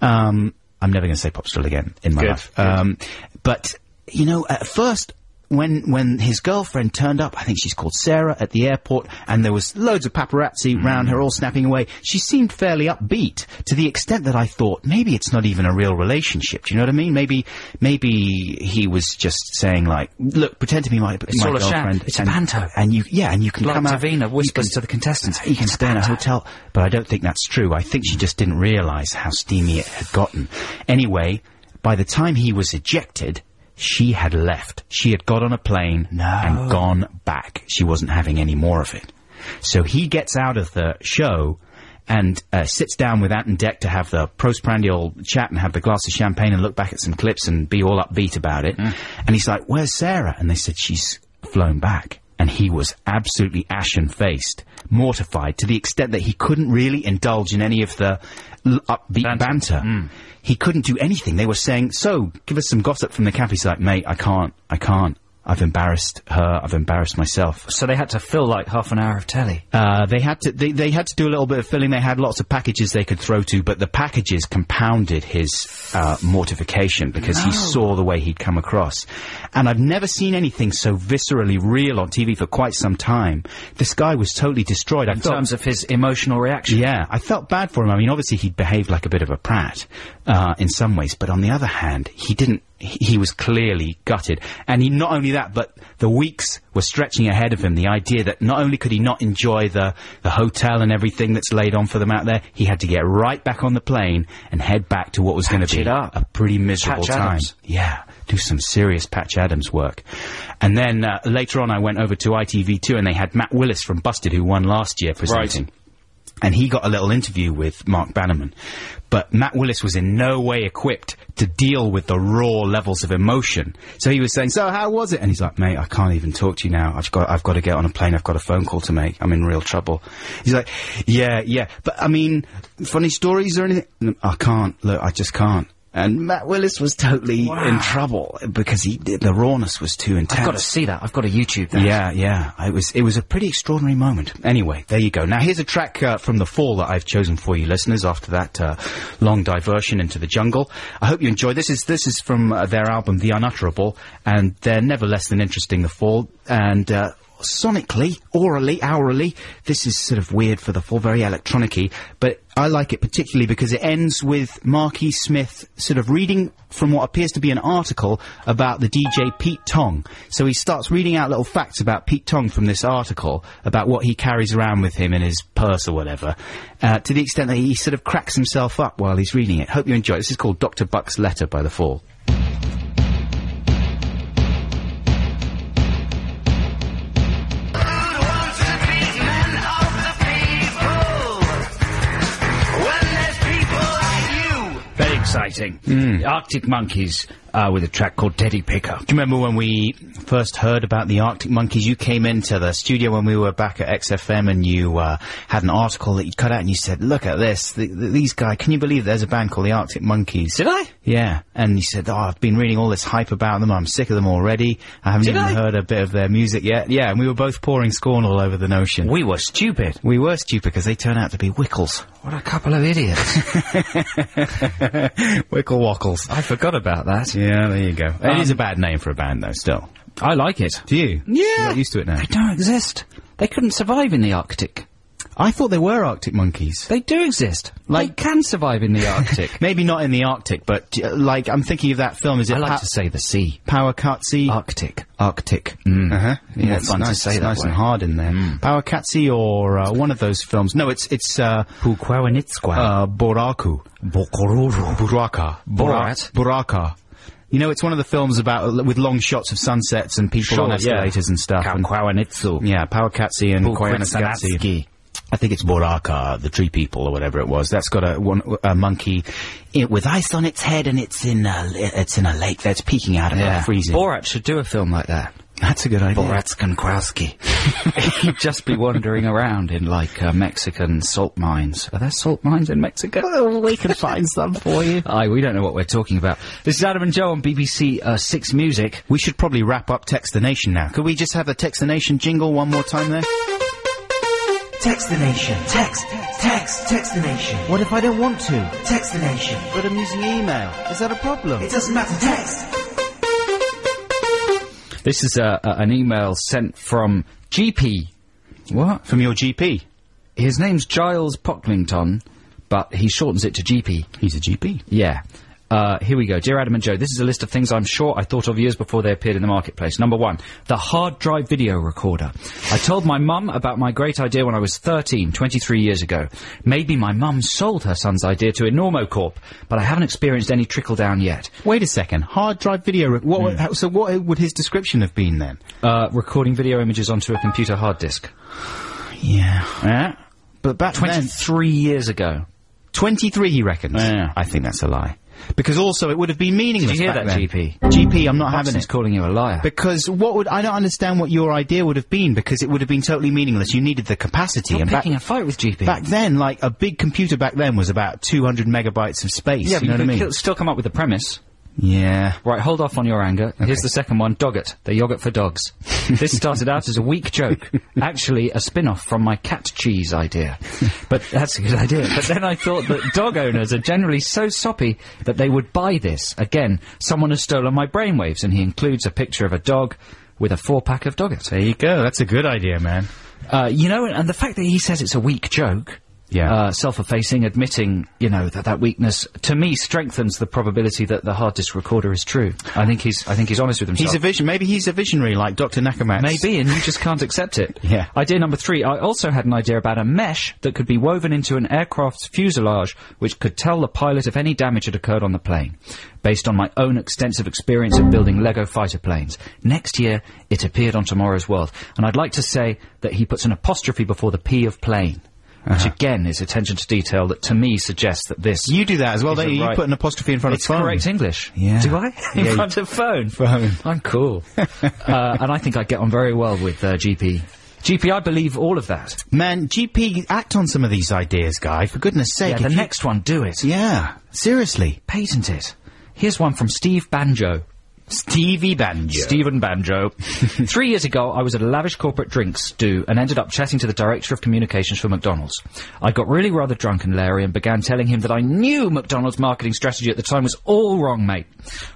A: Um, I'm never going to say popstrel again in my
B: Good,
A: life. Um, but you know, at first. When when his girlfriend turned up, I think she's called Sarah at the airport, and there was loads of paparazzi
B: Hmm.
A: round her, all snapping away. She seemed fairly upbeat, to the extent that I thought maybe it's not even a real relationship. Do you know what I mean? Maybe maybe he was just saying like, look, pretend to be my,
B: It's
A: my
B: all a sham.
A: girlfriend.
B: It's a
A: and-
B: panto.
A: and you yeah, and you can
B: Like
A: come out.
B: Davina
A: you
B: whispers
A: can-
B: to the contestants.
A: you can stay in a hotel, but I don't think that's true. I think she just didn't realise how steamy it had gotten. Anyway, by the time he was ejected, she had left. She had got on a plane and gone back. She wasn't having any more of it. So he gets out of the show and uh, sits down with Ant and Deck to have the postprandial chat and have the glass of champagne and look back at some clips and be all upbeat about it. And he's like, "Where's Sarah?" And they said she's flown back. And he was absolutely ashen faced, mortified to the extent that he couldn't really indulge in any of the l- upbeat banter. He couldn't do anything. They were saying, "So, give us some gossip from the camp." He's like, "Mate, I can't. I can't. I've embarrassed her. I've embarrassed myself."
B: So they had to fill like half an hour of telly.
A: Uh, they had to they, they had to do a little bit of filling. They had lots of packages they could throw to, but the packages compounded his uh, mortification because he
N: No.
A: saw the way he'd come across. And I've never seen anything so viscerally real on TV for quite some time. This guy was totally destroyed. I
B: In
A: felt-
B: terms of his emotional reaction.
A: yeah, I felt bad for him. I mean, obviously he behaved like a bit of a prat uh, in some ways, but on the other hand, he didn't. He he was clearly gutted, and he not only that, but the weeks were stretching ahead of him. The idea that not only could he not enjoy the the hotel and everything that's laid on for them out there, he had to get right back on the plane and head back to what was going to be a pretty miserable
B: Patch
A: time.
B: Adams.
A: Yeah, do some serious Patch Adams work. And then uh, later on, I went over to ITV2 and they had Matt Willis from Busted, who won last year, presenting. And he got a little interview with Mark Bannerman. But Matt Willis was in no way equipped to deal with the raw levels of emotion. So he was saying, so how was it? And he's like, mate, I can't even talk to you now. I've got, I've got to get on a plane. I've got a phone call to make. I'm in real trouble. He's like, yeah, yeah. But I mean, funny stories or anything? "No, I can't. Look, I just can't. And Matt Willis was totally in trouble because he, the rawness was too intense.
B: I've got to see that. I've got to YouTube that.
A: Yeah, yeah. It was it was a pretty extraordinary moment. Anyway, there you go. Now here's a track uh, from the fall that I've chosen for you, listeners. After that uh, long diversion into the jungle, I hope you enjoy. This is this is from uh, their album The Unutterable, and they're never less than interesting. The fall and. Uh, Sonically, orally, hourly, this is sort of weird for the fall, very electronic but I like it particularly because it ends with Marky Smith sort of reading from what appears to be an article about the DJ Pete Tong. So he starts reading out little facts about Pete Tong from this article about what he carries around with him in his purse or whatever, uh, to the extent that he sort of cracks himself up while he's reading it. Hope you enjoy it. This is called Dr. Buck's Letter by The Fall.
B: Very exciting. Arctic Monkeys uh, with a track called Teddy Picker.
A: Hmm. Do you remember when we first heard about the Arctic Monkeys? You came into the studio when we were back at XFM and you uh, had an article that you cut out and you said, look at this, th- th- these guys, can you believe there's a band called the Arctic Monkeys? Did
B: I?
A: Yeah. And you said, oh, I've been reading all this hype about them, I'm sick of them already, I haven't
B: Did
A: even
B: I?
A: heard a bit of their music yet. Yeah, and we were both pouring scorn all over the notion.
B: We were stupid.
A: We were stupid because they turn out to be Wickles.
B: What a couple of idiots.
A: Wickle Wackles.
B: I forgot about that.
A: Yeah, there you go.
B: Um,
A: it is a bad name for a band though, still.
B: I like it.
A: Do you? Yeah. You're not used to it now.
B: They don't exist. They couldn't survive in the Arctic.
A: I thought they were Arctic monkeys.
B: They do exist. Like, they can survive in the Arctic.
A: Maybe not in the Arctic, but uh, like I'm thinking of that film. Is it?
B: I like
A: Pa-
B: to say the sea.
A: Power Katsi.
B: Arctic.
A: Arctic.
B: Mm.
A: Uh-huh. Yeah,
B: More
A: it's
B: fun to
A: nice,
B: say
A: it's
B: that
A: nice
B: way.
A: and hard in there. Power Katsi or uh, one of those films. No, it's it's uh, uh Boraku. Bokororo. Buraka.
B: Borat.
A: Buraka. You know, it's one of the films about uh, with long shots of sunsets and people
B: Sure,
A: on
B: yeah.
A: escalators and stuff. and-
B: Kawanitsu.
A: yeah, Powakatsi and
B: Bukwitsanatski.
A: Koyaanisqatsi. I think it's Boraka, the tree people, or whatever it was. That's got a one a monkey i with ice on its head, and it's in a li- it's in a lake that's peeking out of
B: Yeah.
A: a freezing.
B: Borat should do a film like that.
A: that's a good idea.
B: Borat's Kankowski. He'd just be wandering around in like uh, Mexican salt mines. Are there salt mines in Mexico?
A: we can find some for you.
B: Aye, we don't know what we're talking about. This is Adam and Joe on BBC uh, Six Music.
A: We should probably wrap up Text the Nation now. Could we just have the Text the Nation jingle one more time there?
I: Text the nation. Text, text, text the nation. What if I don't want to? Text the nation.
A: But I'm using email. Is that a problem?
I: It doesn't matter. Text.
B: This is uh, uh, an email sent from GP. What?
A: From your GP.
B: His name's Giles Pocklington, but he shortens it to GP.
A: He's a GP.
B: Yeah. Uh, here we go. Dear Adam and Joe, this is a list of things I'm sure I thought of years before they appeared in the marketplace. Number one, the hard drive video recorder. I told my mum about my great idea when I was 13, 23 years ago. Maybe my mum sold her son's idea to Enormocorp, but I haven't experienced any trickle down yet.
A: Wait a second. Hard drive video. Rec- what? would- how- So what would his description have been then?
B: Uh, recording video images onto a computer hard disk.
A: Yeah.
B: Yeah.
A: But back
B: 23 years ago.
A: 23, he reckons. I think that's a lie. Because also it would have been meaningless.
B: Did you hear
A: back
B: that,
A: then.
B: GP?
A: GP, I'm not having
B: Watson's
A: it.
B: calling you a liar.
A: Because what would I don't understand what your idea would have been because it would have been totally meaningless. You needed the capacity and back,
B: Picking a fight with GP.
A: back then, like a big computer back then was about 200 megabytes of space.
B: yeah, but
A: you know what I
B: can
A: mean?
B: kill- still come up with the premise.
A: Yeah.
B: Right, hold off on your anger. Here's the second one, Doggett, the yogurt for dogs. this started out as a weak joke, actually a spin-off from my cat cheese idea. But that's a good idea. But then I thought that dog owners are generally so soppy that they would buy this. Again, someone has stolen my brainwaves and he includes a picture of a dog with a four-pack of Doggett.
A: There you go. That's a good idea, man.
B: Uh, you know, and the fact that he says it's a weak joke,
A: yeah.
B: uh, self-effacing, admitting, you know, that that weakness to me strengthens the probability that the hard disk recorder is true. I think he's, I think he's honest with himself.
A: He's a vision. Maybe he's a visionary like Dr. Nakamatsu.
B: Maybe, and you just can't accept it.
A: Yeah.
B: Idea number three. I also had an idea about a mesh that could be woven into an aircraft's fuselage, which could tell the pilot if any damage had occurred on the plane, based on my own extensive experience of building Lego fighter planes. Next year, it appeared on Tomorrow's World, and I'd like to say that he puts an apostrophe before the P of plane. Which again is attention to detail that to me suggests that this.
A: Uh-huh. You do that as well,
B: is
A: don't
B: a
A: you? You
B: right-
A: put an apostrophe in front
B: it's
A: of phone.
B: correct English.
A: Yeah.
B: Do I? In
A: Yeah, you-
B: front of phone.
A: Phone.
B: I'm cool. uh, and I think I get on very well with uh, GP. GP, I believe all of that.
A: Man, GP, act on some of these ideas, guy. For goodness sake.
B: Yeah, the
A: if you-
B: next one, do it.
A: Yeah. Seriously.
B: Patent it. Here's one from Steve Banjo.
A: Stevie Banjo.
B: Stephen Banjo. Three years ago, I was at a lavish corporate drinks stew and ended up chatting to the director of communications for McDonald's. I got really rather drunk and Larry and began telling him that I knew McDonald's marketing strategy at the time was all wrong, mate.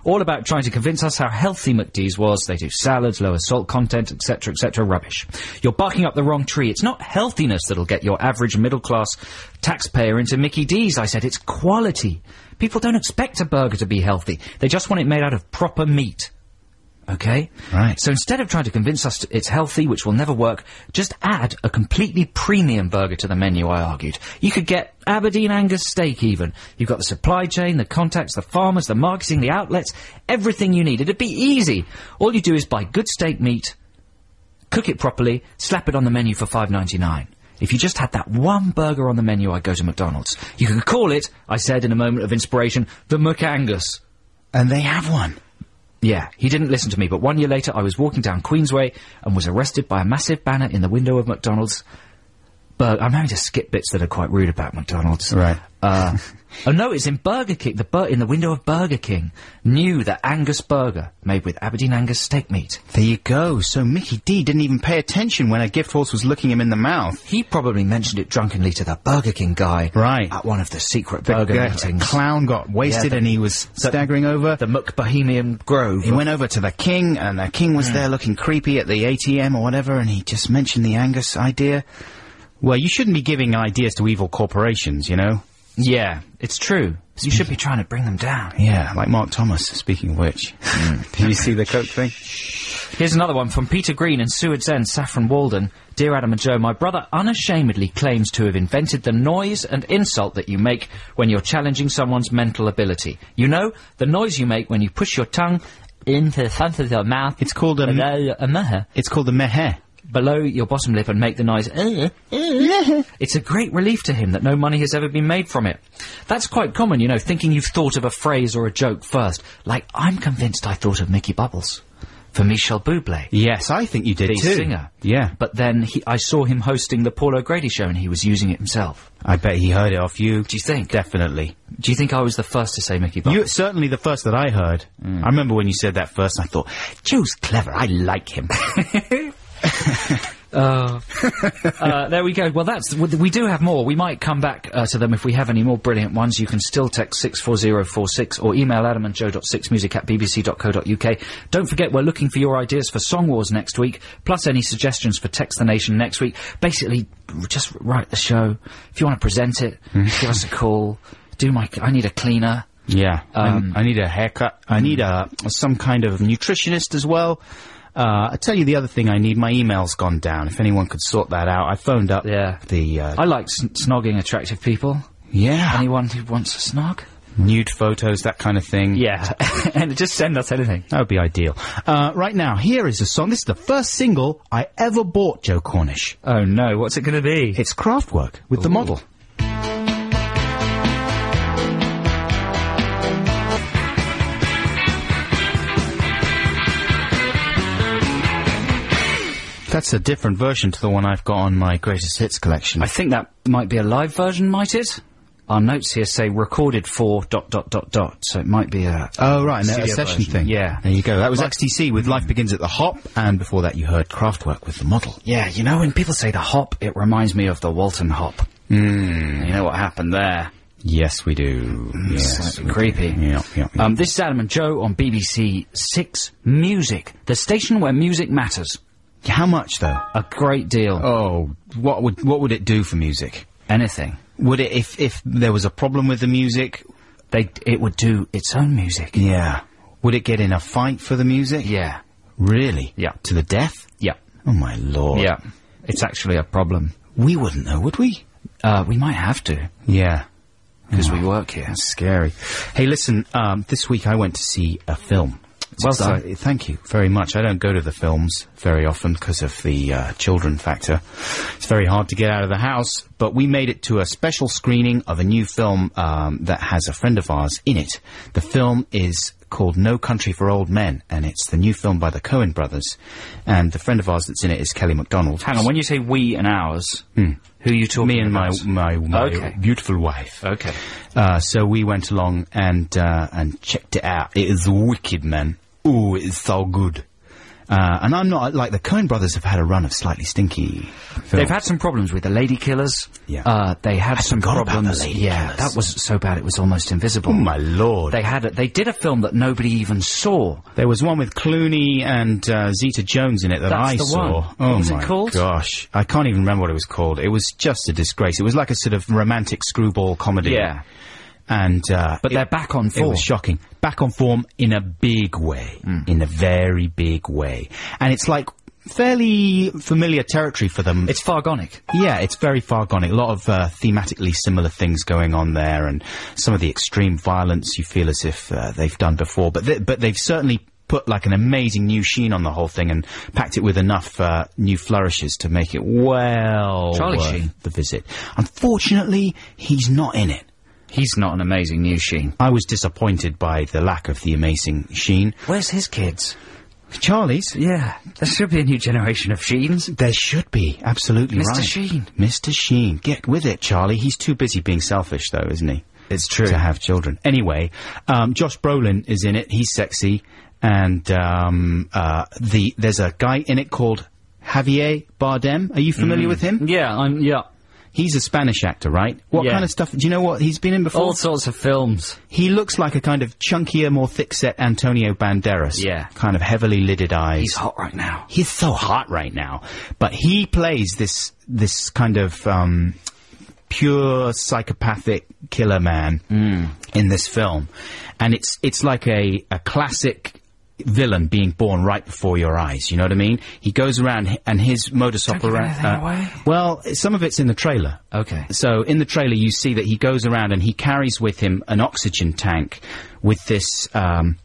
B: All about trying to convince us how healthy McD's was. They do salads, lower salt content, etc., etc. Rubbish. You're barking up the wrong tree. It's not healthiness that'll get your average middle class taxpayer into Mickey D's, I said. It's quality. People don't expect a burger to be healthy. They just want it made out of proper meat. Okay?
A: Right.
B: So instead of trying to convince us t- it's healthy, which will never work, just add a completely premium burger to the menu, I argued. You could get Aberdeen Angus steak even. You've got the supply chain, the contacts, the farmers, the marketing, the outlets, everything you need. It'd be easy. All you do is buy good steak meat, cook it properly, slap it on the menu for five ninety nine. If you just had that one burger on the menu, I'd go to McDonald's. You could call it, I said in a moment of inspiration, the McAngus.
A: And they have one.
B: Yeah, he didn't listen to me, but one year later I was walking down Queensway and was arrested by a massive banner in the window of McDonald's. But I'm having to skip bits that are quite rude about McDonald's.
A: Right.
B: Uh, oh no, it's in Burger King, the bur- in the window of Burger King. New, the Angus burger, made with Aberdeen Angus steak meat.
A: There you go. So Mickey D didn't even pay attention when a gift horse was looking him in the mouth.
B: He probably mentioned it drunkenly to that Burger King guy.
A: Right.
B: At one of the secret
A: The,
B: burger
A: g-
B: meetings.
A: clown got wasted
B: the-
A: and he was staggering over.
B: the Muck Bohemian Grove.
A: he went over to the king, and the king
B: Hmm.
A: was there looking creepy at the ATM or whatever, and he just mentioned the Angus idea. Well, you shouldn't be giving ideas to evil corporations, you know?
B: yeah, it's true. You should be trying to bring them down.
A: Yeah, like Mark Thomas, speaking of which.
B: Hmm.
A: Did you see the Coke thing?
B: Here's another one from Peter Green in Seward's End, Saffron Walden. Dear Adam and Joe, my brother unashamedly claims to have invented the noise and insult that you make when you're challenging someone's mental ability. You know, the noise you make when you push your tongue into the front of your mouth.
A: It's called a m-
B: below, your- a muh,
A: It's called the Mehe.
B: below your bottom lip and make the noise. "Uh, uh." it's a great relief to him that no money has ever been made from it. That's quite common, you know, thinking you've thought of a phrase or a joke first. Like, I'm convinced I thought of Mickey Bubbles. For Michel Bublé
A: Yes, I think you did
B: the
A: too.
B: singer.
A: Yeah.
B: But then he, I saw him hosting the Paul O'Grady show and he was using it himself.
A: I bet he heard it off you.
B: Do you think?
A: Definitely.
B: Do you think I was the first to say Mickey Bob?
A: You certainly the first that I heard.
B: Hmm.
A: I remember when you said that first. I thought Joe's clever. I like him.
B: Oh. uh, there we go. Well, that's we we do have more. We might come back uh, to them if we have any more brilliant ones. You can still text six four zero four six or email adamandjoe.sixmusic at bbc.co.uk. Don't forget, we're looking for your ideas for song wars next week, plus any suggestions for Text the Nation next week. Basically, just write the show. If you want to present it, give us a call. Do my I need a cleaner.
A: yeah. I, I need a haircut. I need a some kind of nutritionist as well. Uh, I tell you the other thing I need. My email's gone down. If anyone could sort that out, I phoned up.
B: Yeah.
A: The uh,
B: I like sn- snogging attractive people.
A: yeah.
B: Anyone who wants a snog?
A: nude photos, that kind of thing.
B: Yeah, and just send us anything.
A: That would be ideal. Uh, right now, here is a song. This is the first single I ever bought Joe Cornish.
B: Oh no, what's it going to be?
A: It's Kraftwerk with the model. That's a different version to the one I've got on my greatest hits collection.
B: I think that might be a live version, might it? Our notes here say recorded for dot dot dot dot, so it might be a
A: Oh right, and a
B: studio
A: session
B: version.
A: thing.
B: Yeah,
A: there you go. That was
B: Like-
A: XTC with "Life Begins at the Hop," and before that, you heard Kraftwerk with the model.
B: Yeah, you know when people say the hop, it reminds me of the Walton hop. Mm. You know what happened there? Mm,
A: Yes, we do. Yes,
B: Slightly creepy.
A: Yeah, yeah.
B: Um, this is Adam and Joe on BBC Six Music, the station where music matters.
A: How much though?
B: A great deal.
A: Oh, what would what would it do for music?
B: Anything.
A: Would it if if there was a problem with the music?
B: They it would do its own music.
A: Yeah. Would it get in a fight for the music?
B: Yeah.
A: Really?
B: Yeah.
A: To the death?
B: Yeah.
A: Oh my lord.
B: Yeah. It's actually a problem.
A: We wouldn't know, would we?
B: Uh, we might have to
A: Yeah.
B: because we work here.
A: That's scary. Hey, listen. Um, this week I went to see a film.
B: Well
A: Exci- Thank you very much. I don't go to the films very often because of the uh, children factor. It's very hard to get out of the house, but we made it to a special screening of a new film um, that has a friend of ours in it. The film is called No Country for Old Men, and it's the new film by the Cohen brothers. And the friend of ours that's in it is Kelly MacDonald. Hmm.
B: Hang on, when you say we and ours, who are you talking
A: me and my
B: about?
A: my, my
B: Okay.
A: beautiful wife.
B: Okay.
A: Uh, so we went along and uh, and checked it out. It is wicked, man. Ooh, it is so good. Uh, and I'm not like the Coen Brothers have had a run of slightly stinky. Films.
B: They've had some problems with the Lady Killers.
A: Yeah.
B: Uh, they had some
A: forgot about the
B: problems.
A: Lady
B: yeah,
A: Killers.
B: that was so bad it was almost invisible.
A: oh my lord.
B: They had a, they did a film that nobody even saw.
A: there was one with Clooney and uh, Zeta Jones in it that
B: That's
A: I
B: the
A: saw.
B: one.
A: Oh
B: What was it
A: my
B: called?
A: gosh, I can't even remember what it was called. It was just a disgrace. It was like a sort of romantic screwball comedy.
B: Yeah.
A: and uh,
B: But
A: it-
B: they're back on
A: It
B: form. Mm.
A: was shocking. Back on form in a big way, in a very big way, and it's like fairly familiar territory for them.
B: It's Fargonic.
A: yeah, it's very far gone. A lot of uh, thematically similar things going on there, and some of the extreme violence you feel as if uh, they've done before, but th- but they've certainly. Put like an amazing new sheen on the whole thing and packed it with enough uh, new flourishes to make it well
B: Charlie
A: worth
B: Sheen.
A: the visit. Unfortunately, he's not in it.
B: He's not an amazing new sheen.
A: I was disappointed by the lack of the amazing Sheen.
B: Where's his kids?
A: Charlie's?
B: Yeah, there should be a new generation of sheens.
A: There should be, absolutely
B: Mr.
A: right.
B: Sheen.
A: Mr. Sheen. Get with it, Charlie. He's too busy being selfish, though, isn't he? It's true. To have children. Anyway, um, Josh Brolin is in it. He's sexy. And um, uh, the there's a guy in it called Javier Bardem. Are you familiar with him?
B: Yeah, I'm. Yeah,
A: He's a Spanish actor, right? What
B: Yeah.
A: kind of stuff? Do you know what he's been in before?
B: all sorts of films.
A: He looks like a kind of chunkier, more thick-set Antonio Banderas.
B: Yeah.
A: Kind of heavily lidded eyes.
B: He's hot right now.
A: He's so hot right now. But he plays this this kind of um, pure psychopathic killer man
B: Mm.
A: in this film, and it's it's like a a classic villain being born right before your eyes. You know what I mean? He goes around h- and his modus
B: give anything
A: operandi.
B: away.
A: well, some of it's in the trailer.
B: Okay.
A: So in the trailer, you see that he goes around and he carries with him an oxygen tank with this um,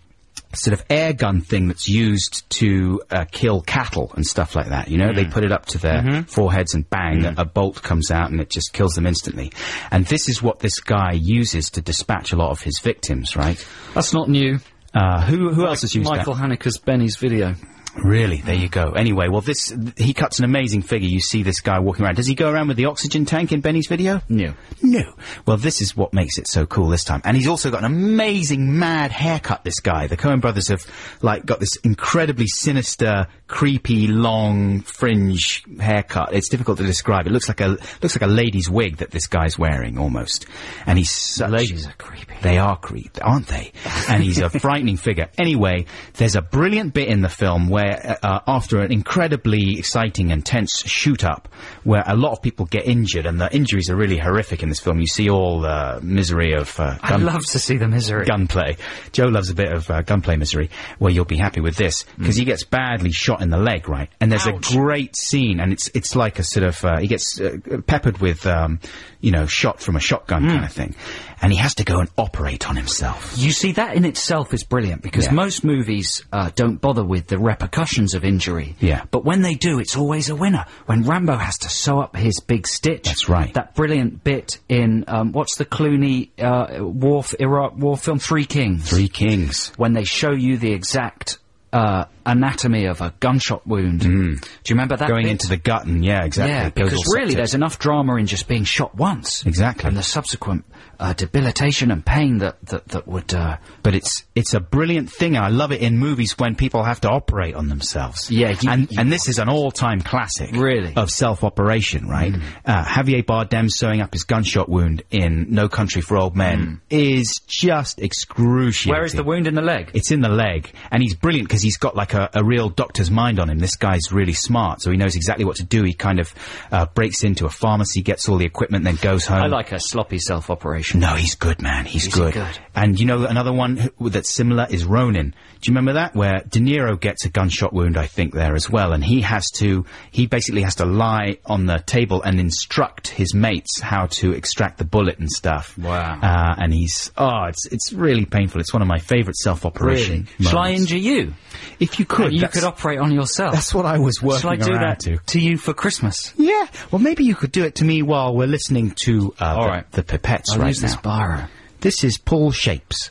A: sort of air gun thing that's used to uh, kill cattle and stuff like that. You know,
B: Mm.
A: they put it up to their
B: Mm-hmm.
A: foreheads and bang, a bolt comes out and it just kills them instantly. And this is what this guy uses to dispatch a lot of his victims, right?
B: That's not new.
A: Uh, who who else has used that?
B: Michael Mm. Haneke's Benny's video.
A: Really? There you go. Anyway, well, this th- he cuts an amazing figure. You see this guy walking around. Does he go around with the oxygen tank in Benny's video?
B: No.
A: No. Well, this is what makes it so cool this time. And he's also got an amazing mad haircut. This guy, the Coen Brothers have like got this incredibly sinister, creepy, long fringe haircut. It's difficult to describe. It looks like a looks like a lady's wig that this guy's wearing almost. And he's such
B: Ladies are creepy.
A: they are creep, aren't they? And he's a frightening figure. Anyway, there's a brilliant bit in the film where where uh, uh, after an incredibly exciting and tense shoot up, where a lot of people get injured, and the injuries are really horrific in this film. You see all the misery of. Uh,
B: I love to see the misery.
A: Gunplay. Joe loves a bit of uh, gunplay misery. Well, you'll be happy with this because
B: Mm.
A: he gets badly shot in the leg, right? And there's a great scene, and it's it's like a sort of uh, he gets uh, peppered with um, you know shot from a shotgun
B: Mm.
A: kind of thing, and he has to go and operate on himself.
B: You see, that in itself is brilliant because most movies uh, don't bother with the repercussions of injury.
A: Yeah.
B: But when they do, it's always a winner. When Rambo has to sew up his big stitch. That's right. That brilliant bit in, um, what's the Clooney uh, war, f- Iraq war film? Three Kings.
A: Three Kings.
B: When they show you the exact uh, anatomy of a gunshot wound. Do you remember that?
A: Mm. Going
B: bit?
A: into the gut, and yeah, exactly.
B: Yeah,
A: It goes
B: because
A: all
B: really
A: septic.
B: there's enough drama in just being shot once.
A: Exactly.
B: And the subsequent uh, debilitation and pain that, that, that would. Uh,
A: but it's it's a brilliant thing. and I love it in movies when people have to operate on themselves.
B: Yeah, you-
A: and and this is an all-time classic, really, of self-operation. Right,
B: Mm.
A: uh, Javier Bardem sewing up his gunshot wound in No Country for Old Men is just excruciating.
B: Mm. Where is the wound in the leg?
A: It's in the leg, and he's brilliant because he's got like a, a real doctor's mind on him. This guy's really smart, so he knows exactly what to do. He kind of uh, breaks into a pharmacy, gets all the equipment, then goes home.
B: I like a sloppy self operation.
A: No, he's good, man. He's,
B: Is he
A: good.
B: good?
A: And you know another one who- that's similar is Ronin. Do you remember that? Where De Niro gets a gunshot wound, I think, there as well, and he has to he basically has to lie on the table and instruct his mates how to extract the bullet and stuff.
B: Wow.
A: Uh, and he's oh, it's it's really painful. It's one of my favourite self
B: Really?
A: operation.
B: Shall I injure you?
A: If you could,
B: you
A: that's-
B: could operate on yourself.
A: That's what I was working
B: Shall I do
A: around
B: that
A: to.
B: you for Christmas?
A: Yeah. Well, maybe you could do it to me while we're listening to uh, the, the pipettes
B: I'll
A: right
B: use
A: now.
B: this biro.
A: This is Paul Shapes.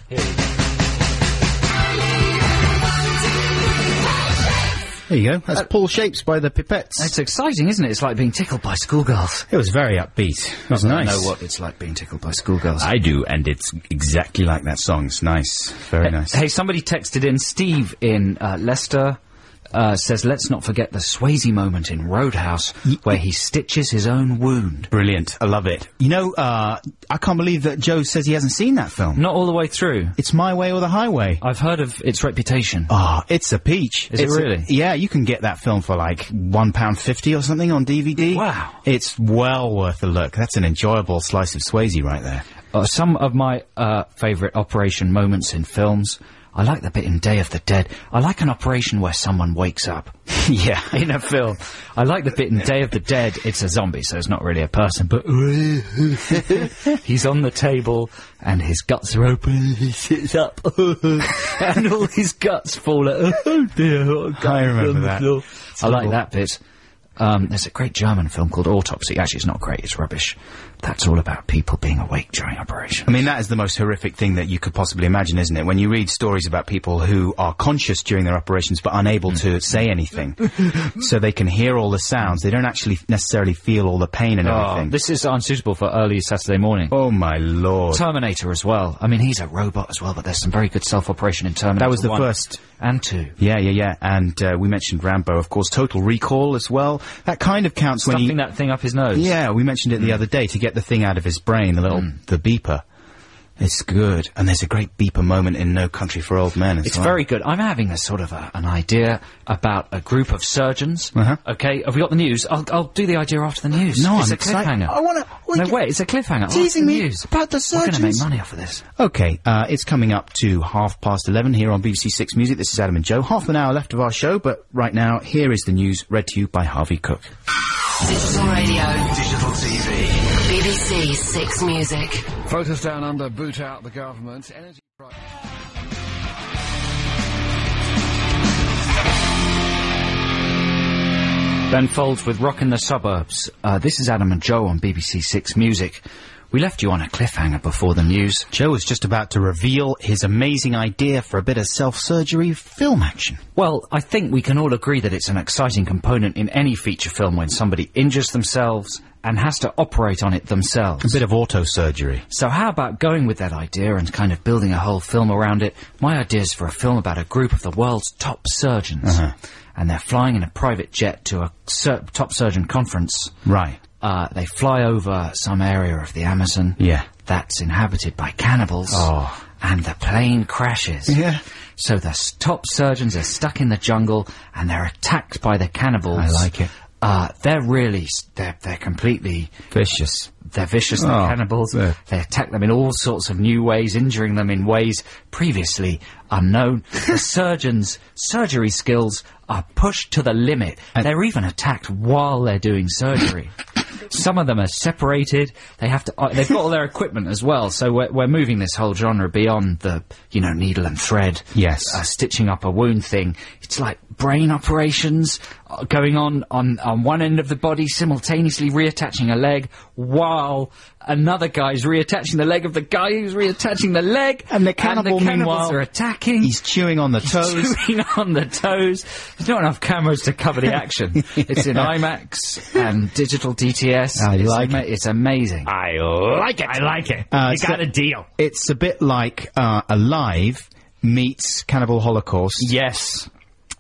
A: There you go. That's Paul Shapes by the Pipettes.
B: It's exciting, isn't it? It's like being tickled by schoolgirls.
A: It was very upbeat. It was
B: I
A: nice.
B: know what it's like being tickled by schoolgirls.
A: I do, and it's exactly like that song. It's nice. Very nice.
B: Hey, somebody texted in. Steve in uh, Leicester uh, says, let's not forget the Swayze moment in Roadhouse where he stitches his own wound.
A: Brilliant. I love it. You know, uh, I can't believe that Joe says he hasn't seen that film.
B: Not all the way through.
A: It's My Way or the Highway.
B: I've heard of its reputation.
A: Ah, it's a peach.
B: Is it
A: It's a-
B: really?
A: yeah, you can get that film for like one pound fifty or something on DVD. Wow, it's well worth a look. That's an enjoyable slice of Swayze right there.
B: Uh, some of my uh, favourite operation moments in films. I like the bit in Day of the Dead. I like an operation where someone wakes up.
A: yeah.
B: In a film. I like the bit in Day of the Dead. It's a zombie, so it's not really a person, but he's on the table and his guts are open. He sits up and all his guts fall out. Oh dear. what guts
A: I remember
B: on the
A: that.
B: floor.
A: It's
B: I like
A: horrible.
B: that bit. Um, there's a great German film called Autopsy. Actually, it's not great, it's rubbish. That's all about people being awake during operation.
A: I mean, that is the most horrific thing that you could possibly imagine, isn't it? When you read stories about people who are conscious during their operations but unable
B: Hmm.
A: to say anything, so they can hear all the sounds, they don't actually necessarily feel all the pain and
B: Oh,
A: everything.
B: this is unsuitable for early Saturday morning.
A: Oh my lord!
B: Terminator as well. I mean, he's a robot as well, but there's some very good self-operation in Terminator.
A: That was the
B: 1
A: first.
B: and two.
A: Yeah, yeah, yeah. And uh, we mentioned Rambo, of course. Total Recall as well. That kind of counts when he
B: Stuffing that Hmm. thing up his nose.
A: Yeah, we mentioned it the other day to get the thing out of his brain, the
B: Hmm.
A: little the beeper. It's good, and there's a great beeper moment in No Country for Old Men. As
B: It's
A: well.
B: very good. I'm having a sort of a, an idea about a group of surgeons.
A: Uh-huh.
B: Okay, have we got the news? I'll, I'll do the idea after the news.
A: No,
B: it's
A: I'm
B: a
A: excited.
B: cliffhanger.
A: I wanna-
B: No, wait, it's a cliffhanger.
A: Teasing
B: after the
A: me
B: news.
A: about the
B: We're going
A: surgeons.
B: to make money off of this.
A: Okay, uh, it's coming up to half past eleven here on BBC Six Music. This is Adam and Joe. Half an hour left of our show, but right now here is the news read to you by Harvey Cook.
G: Digital radio.
O: Digital TV.
G: BBC Six Music.
P: Voters down under boot out the government. Energy price.
B: Ben Folds with Rockin' the Suburbs. Uh, this is Adam and Joe on BBC Six Music. We left you on a cliffhanger before the news.
A: Joe was just about to reveal his amazing idea for a bit of self-surgery film action.
B: Well, I think we can all agree that it's an exciting component in any feature film when somebody injures themselves and has to operate on it themselves.
A: A bit of auto surgery.
B: So how about going with that idea and kind of building a whole film around it? My idea is for a film about a group of the world's top surgeons.
A: Uh-huh.
B: And they're flying in a private jet to a sur- top surgeon conference.
A: Right.
B: Uh, they fly over some area of the Amazon.
A: Yeah.
B: That's inhabited by cannibals.
A: Oh.
B: and the plane crashes.
A: Yeah.
B: So the s- top surgeons are stuck in the jungle and they're attacked by the cannibals.
A: I like it.
B: Uh, they're really, s- they're, they're completely
A: Vicious.
B: they're vicious, they're
A: Oh,
B: cannibals.
A: yeah.
B: They attack them in all sorts of new ways, injuring them in ways previously unknown. the surgeons' surgery skills are pushed to the limit. they're even attacked while they're doing surgery. Some of them are separated. They have to. Uh, they've got all their equipment as well. So we're, we're moving this whole genre beyond the, you know, needle and thread.
A: Yes.
B: Uh, stitching up a wound thing. It's like brain operations uh, going on, on on one end of the body, simultaneously reattaching a leg, while another guy's reattaching the leg of the guy who's reattaching the leg.
A: And the cannibal,
B: cannibals
A: meanwhile,
B: are attacking.
A: He's chewing on the toes.
B: chewing on the toes. There's not enough cameras to cover the action. It's in
A: Yeah.
B: IMAX and digital DTS.
A: I
B: it's
A: like
B: it. It's amazing. I
A: like
B: it. I like it.
A: Uh, so-
B: deal.
A: It's a bit like uh, Alive meets Cannibal Holocaust.
B: Yes.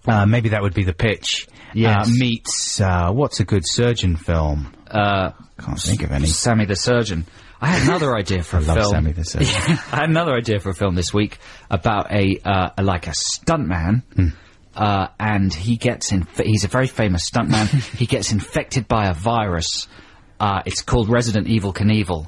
A: Uh, maybe that would be the pitch.
B: Yes.
A: Uh, meets uh, what's a good surgeon film?
B: Uh,
A: Can't think of any.
B: Sammy the Surgeon. I had another idea for a
A: I love
B: film.
A: Sammy the Surgeon.
B: Yeah, I had another idea for a film this week about a uh, a- like a stuntman. Uh, and he gets in. He's a very famous stuntman. he gets infected by a virus. Uh, it's called Resident Evil Knievel,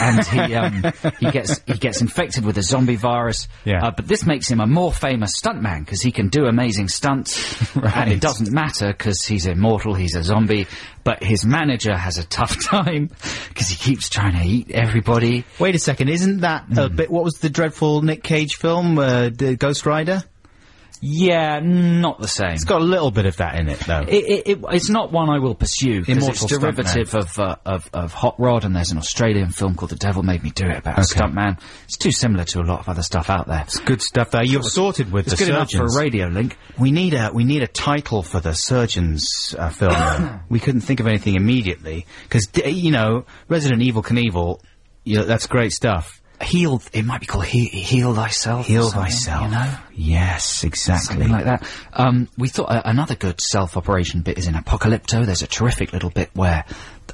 B: and he um, he gets he gets infected with a zombie virus.
A: Yeah.
B: Uh, but this makes him a more famous stuntman because he can do amazing stunts, and it doesn't matter because he's immortal. He's a zombie. But his manager has a tough time because he keeps trying to eat everybody.
A: Wait a second, isn't that a bit? What was the dreadful Nick Cage film, uh, the Ghost Rider?
B: Yeah, not the same.
A: It's got a little bit of that in it, though.
B: It, it, it, it's not one I will pursue because it's
A: Immortal
B: derivative of, uh, of of Hot Rod, and there's an Australian film called The Devil Made Me Do It about a
A: Okay.
B: stuntman. It's too similar to a lot of other stuff out there. It's
A: good stuff there. You're sorted with
B: It's
A: the
B: good
A: surgeons.
B: enough for a radio link.
A: we need a we need a title for the surgeons uh, film. though. we couldn't think of anything immediately because you know Resident Evil Knievel. You know, that's great stuff.
B: Heal. It might be called he, Heal Thyself. or
A: Heal
B: something,
A: thyself.
B: You know.
A: Yes, exactly.
B: Something like that. Um, we thought uh, another good self-operation bit is in Apocalypto. There's a terrific little bit where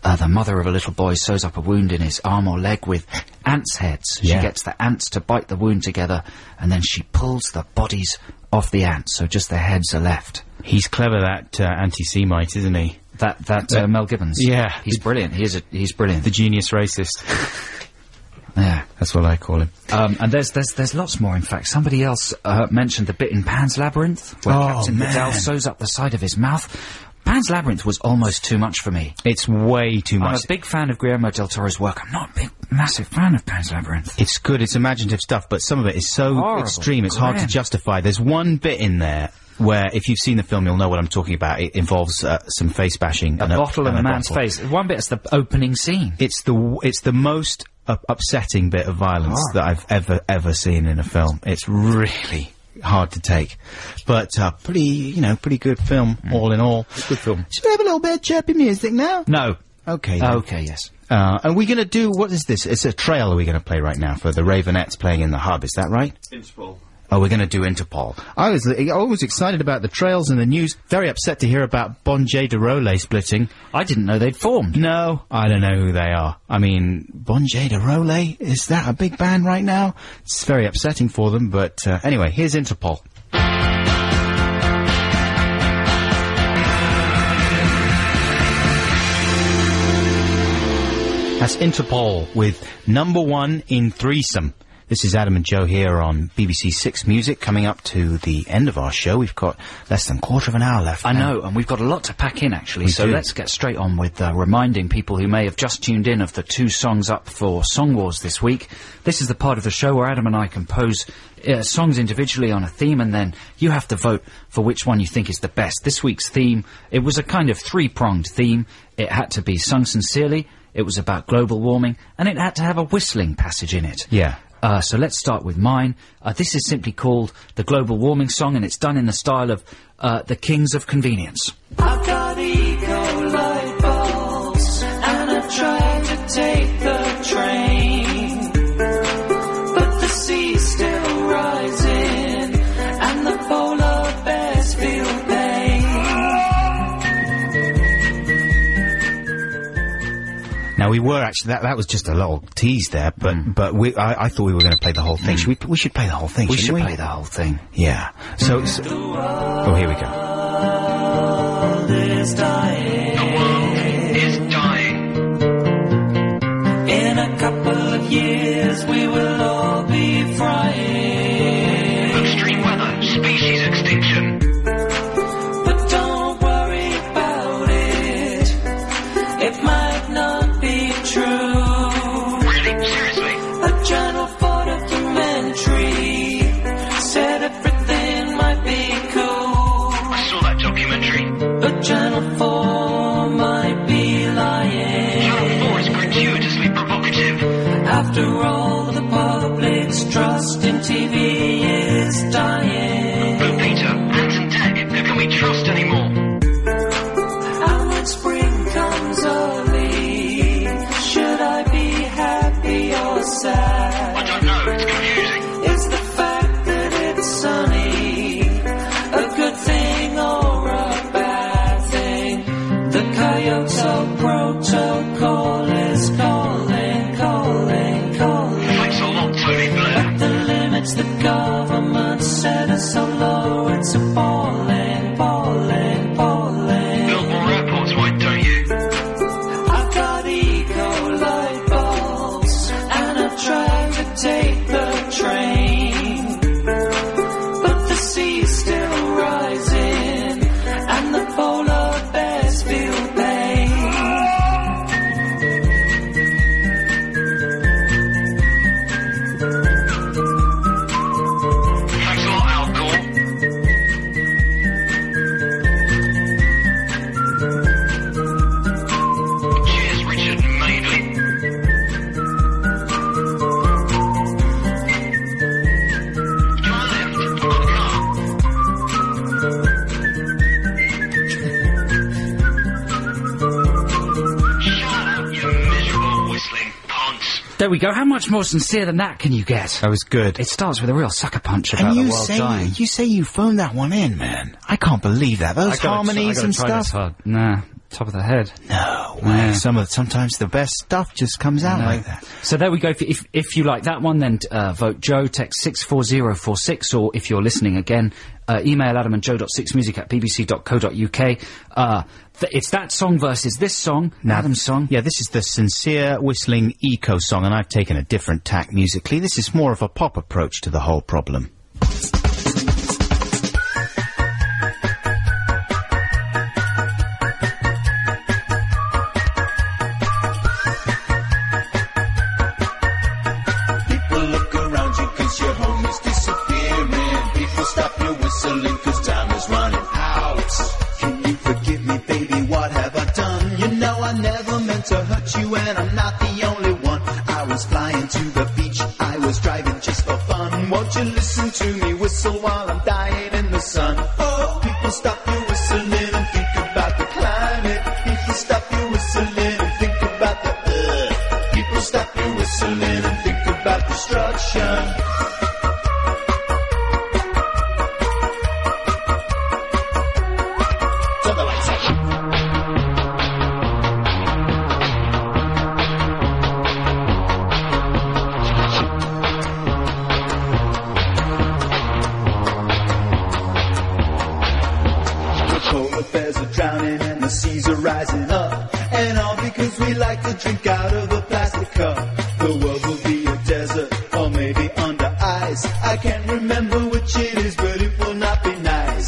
B: uh, the mother of a little boy sews up a wound in his arm or leg with ants' heads.
A: Yeah.
B: She gets the ants to bite the wound together, and then she pulls the bodies off the ants, so just their heads are left.
A: He's clever, that uh, anti-Semite, isn't he?
B: That that uh, Mel Gibbons.
A: Yeah.
B: he's brilliant. He is a, he's brilliant.
A: The genius racist.
B: yeah.
A: That's what I call him.
B: Um, and there's there's there's lots more. In fact, somebody else uh, mentioned the bit in Pan's Labyrinth where
A: Oh,
B: Captain Vidal
A: man.
B: sews up the side of his mouth. Pan's Labyrinth was almost too much for me.
A: It's way too
B: I'm
A: much.
B: a big fan of Guillermo del Toro's work. I'm not a big, massive fan of Pan's Labyrinth.
A: It's good. It's imaginative stuff, but some of it is so
B: Horrible.
A: extreme. It's hard to
B: Grim.
A: justify. There's one bit in there where, if you've seen the film, you'll know what I'm talking about. It involves uh, some face bashing.
B: A bottle in
A: and
B: a man's
A: bottle.
B: face. One bit is the opening scene.
A: It's the w- it's the most up- upsetting bit of violence
B: Horrible.
A: that I've ever ever seen in a film. It's really hard to take, but uh, pretty you know pretty good film all in all. Good film. Should we have Mm. a little bit of chirpy music now? No. Okay. then.
B: okay, yes.
A: Uh, and we're going to do what is this? It's a trail we're going to play right now for the Ravenettes playing in the hub. Is that right?
F: Interpol.
A: Oh, we're going to do Interpol. I was I was excited about the trails and the news. Very upset to hear about Bon J. Role splitting.
B: I didn't know they'd formed.
A: No, I don't know who they are. I mean, Bon J. Role is that a big band right now? It's very upsetting for them. But uh, anyway, here's Interpol. That's Interpol with number one in threesome. This is Adam and Joe here on BBC Six Music. Coming up to the end of our show, we've got less than a quarter of an hour left.
B: I
A: now.
B: know, and we've got a lot to pack in actually.
A: We
B: so
A: do.
B: let's get straight on with uh, reminding people who may have just tuned in of the two songs up for Song Wars this week. This is the part of the show where Adam and I compose uh, songs individually on a theme, and then you have to vote for which one you think is the best. This week's theme it was a kind of three pronged theme. It had to be sung sincerely. It was about global warming, and it had to have a whistling passage in it.
A: Yeah.
B: Uh, so let's start with mine. Uh, this is simply called the Global Warming Song, and it's done in the style of uh, the Kings of Convenience.
C: I've got ego light bulbs and I've tried to take the train. But the sea's still rising and the polar bears feel pain.
A: Now we were actually that that was just a little tease there, but but we I, I thought we were going to play the whole thing. Should we Mm. we should play the whole thing.
B: We
A: shouldn't
B: should play the whole thing.
A: Yeah. So, so oh here we go.
C: is dying. The world is dying. In a couple of years, we will all be frying. Extreme weather, species extinction. But don't worry about it. It might not be true. Really? Seriously? A channel for documentary said everything might be cool. I saw that documentary. But Channel 4 might be lying. Channel 4 is gratuitously provocative. After all, the public's trust in TV is dying. But Peter, Hans and Tech, who can we trust anymore? And when spring comes early, should I be happy or sad? I don't know, it's confusing. It's the fact that it's sunny, a good thing or a bad thing. The Kyoto Protocol is calling, calling, calling. Thanks a lot, Tony Blair. At the limits the government set are so low, it's appalling, appalling, appalling. Build more airports, why don't you? I've got eco light bulbs, and I've tried to take the train. But the sea's still rising, and the polar bears feel pain. Thanks a lot, Al Gore. Cheers, Richard Madeley. To my left, my car.
B: There we go. How much more sincere than that can you get? That
A: was good.
B: It starts with a real sucker punch about
A: and
B: the
A: you
B: world
A: say
B: dying.
A: you say you phoned that one in, man. I can't believe that. Those
B: I gotta-
A: harmonies
B: I gotta
A: and
B: try
A: stuff.
B: this hard. Nah, top of the head.
A: No
B: way.
A: Some of sometimes the best stuff just comes out
B: No.
A: like that.
B: So there we go. If, if, if you like that one, then uh, vote Joe, text 64046, or if you're listening again, uh, email adam and joe.sixmusic at bbc.co.uk. Uh, th- it's that song versus this song.
A: Now, song? Yeah, this is the sincere whistling eco song, and I've taken a different tack musically. This is more of a pop approach to the whole problem.
C: People look around you cause your home is disappearing. People stop your whistling cause time is running out. Can you forgive me, baby? What have I done? You know I never meant to hurt you and I'm not the only one. I was flying to the beach, I was driving just for fun. Won't you listen to me whistle while I'm dying in the sun? Oh, people stop you whistling and think about the climate. People stop you whistling and think about the earth. People stop you whistling and think about destruction. To the right side. The polar bears are drowning and the seas are rising up. And all because we like to drink out of a plastic cup. The world will be a desert or maybe under ice. I can't remember which it is, but it will not be nice.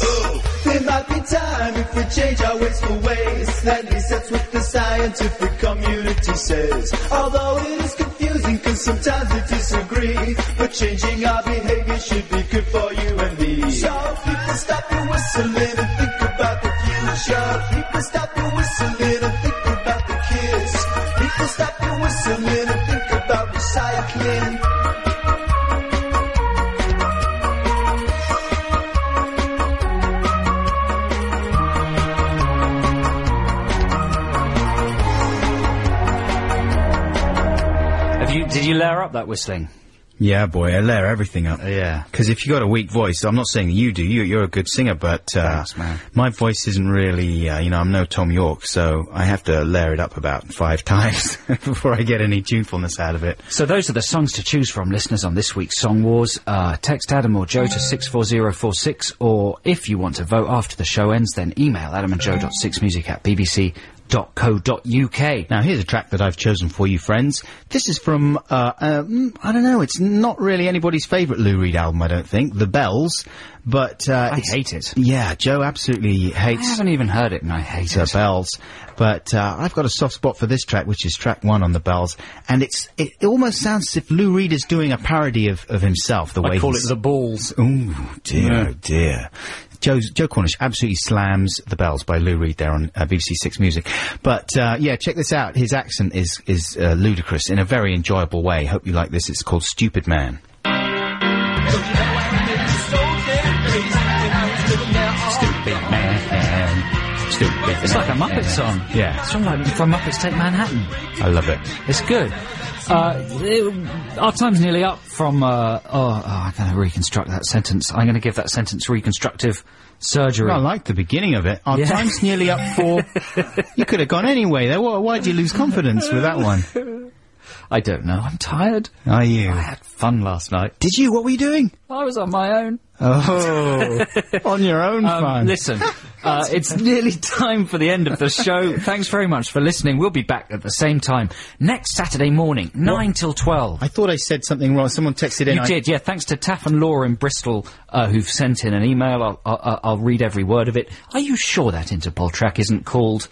C: There might be time if we change our ways for ways. At least that's what the scientific community says. Although it is confusing because sometimes we disagree. But changing our behavior should be good for you and me. So people stop your whistling and think about the future. People stop your whistling and think about the kids. People stop your whistling and think about recycling.
B: Have you, did you layer up that whistling?
A: Yeah, boy, I layer everything up.
B: Yeah.
A: Because if you got a weak voice, I'm not saying you do. You, you're a good singer, but uh, my voice isn't really. Uh, you know, I'm no Tom York, so I have to layer it up about five times before I get any tunefulness out of it.
B: So those are the songs to choose from, listeners, on this week's Song Wars. Uh, text Adam or Joe to 64046, or if you want to vote after the show ends, then email adamandjoe.6music at bbc.co.uk.
A: Now, here's a track that I've chosen for you, friends. This is from, uh, um, I don't know, it's not really anybody's favourite Lou Reed album, I don't think, The Bells, but... Uh, I
B: hate it.
A: Yeah, Joe absolutely hates... I
B: haven't even heard it and I hate
A: The Bells, but uh, I've got a soft spot for this track, which is track one on The Bells, and it's it, it almost sounds as if Lou Reed is doing a parody of, of himself, the way
O: I call it
A: he's-
O: the balls.
A: Ooh, dear,
O: Yeah.
A: oh dear. Joe's, Joe Cornish absolutely slams the bells by Lou Reed there on uh, BBC Six Music. But uh, yeah, check this out. His accent is is uh, ludicrous in a very enjoyable way. Hope you like this. It's called Stupid Man.
C: Stupid
A: man. Stupid.
B: It's like a Muppet song.
A: Yeah.
B: It's from, like, from Muppets Take Manhattan.
A: I love it.
B: It's good. Uh, it- our time's nearly up from, uh, oh, oh, I'm going to reconstruct that sentence. I'm going to give that sentence reconstructive surgery.
A: I like the beginning of it. Our
B: Yeah.
A: time's nearly up for. you could have gone anyway there. Why, why'd you lose confidence with that one?
B: I don't know. I'm tired.
A: Are you? I
B: had fun last night.
A: Did you? What were you doing?
B: I was on my own.
A: Oh, on your own
B: Um,
A: fun.
B: Listen, uh, it's nearly time for the end of the show. Thanks very much for listening. We'll be back at the same time next Saturday morning, 9 till 12.
A: I thought I said something wrong. Someone texted in.
B: You
A: I-
B: did, yeah. Thanks to Taff and Laura in Bristol, uh, who've sent in an email. I'll, I'll, I'll read every word of it. Are you sure that Interpol track isn't called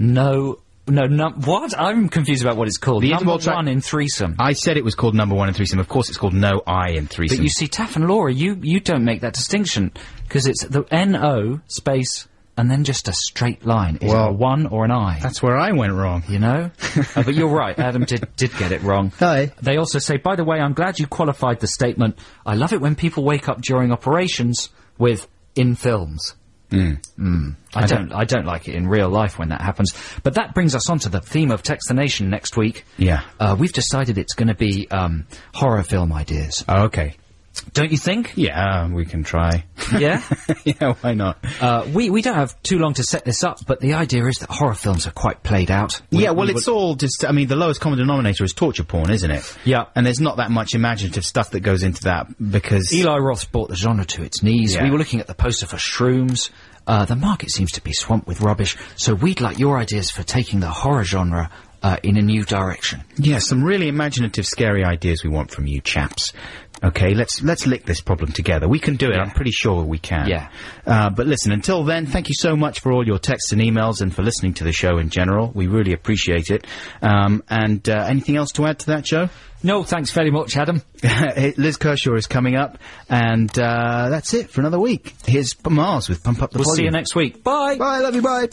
B: No? No, num- what? I'm confused about what it's called.
A: The
B: Number
A: Interpol track-
B: one in threesome.
A: I said it was called number one in threesome. Of course, it's called no I in threesome.
B: But you see, Taff and Laura, you, you don't make that distinction because it's the N O space and then just a straight line. Is
A: Well,
B: it a one or an I?
A: That's where I went wrong.
B: You know? Uh, but you're right, Adam did, did get it wrong. They also say, by the way, I'm glad you qualified the statement. I love it when people wake up during operations with in films.
A: Hmm.
B: Mm. I,
M: I
B: don't,
M: don't-
B: I don't like it in real life when that happens. But that brings us on to the theme of Text the Nation next week.
A: Yeah.
B: Uh, we've decided it's going to be um, horror film ideas.
A: Oh, okay.
B: Don't you think?
A: Yeah, we can try.
B: Yeah?
A: yeah, why not?
B: Uh, we, we don't have too long to set this up, but the idea is that horror films are quite played out. We-
A: yeah, well,
B: we
A: it's all just. I mean, the lowest common denominator is torture porn, isn't it?
B: Yeah.
A: And there's not that much imaginative stuff that goes into that because.
B: Eli Roth brought the genre to its knees.
A: Yeah.
B: We were looking at the poster for Shrooms. Uh, the market seems to be swamped with rubbish, so we'd like your ideas for taking the horror genre uh, in a new direction.
A: yeah, some really imaginative, scary ideas we want from you chaps. Okay, let's let's lick this problem together. We can do it. I'm pretty sure we can.
B: Yeah.
A: Uh, but listen, until then, thank you so much for all your texts and emails and for listening to the show in general. We really appreciate it. Um, and uh, anything else to add to that, Joe?
B: No, thanks very much, Adam.
A: Liz Kershaw is coming up, and uh, that's it for another week. Here's Mars with Pump Up the
B: We'll see you
A: Volume.
B: next week. Bye.
A: Bye, love you, bye.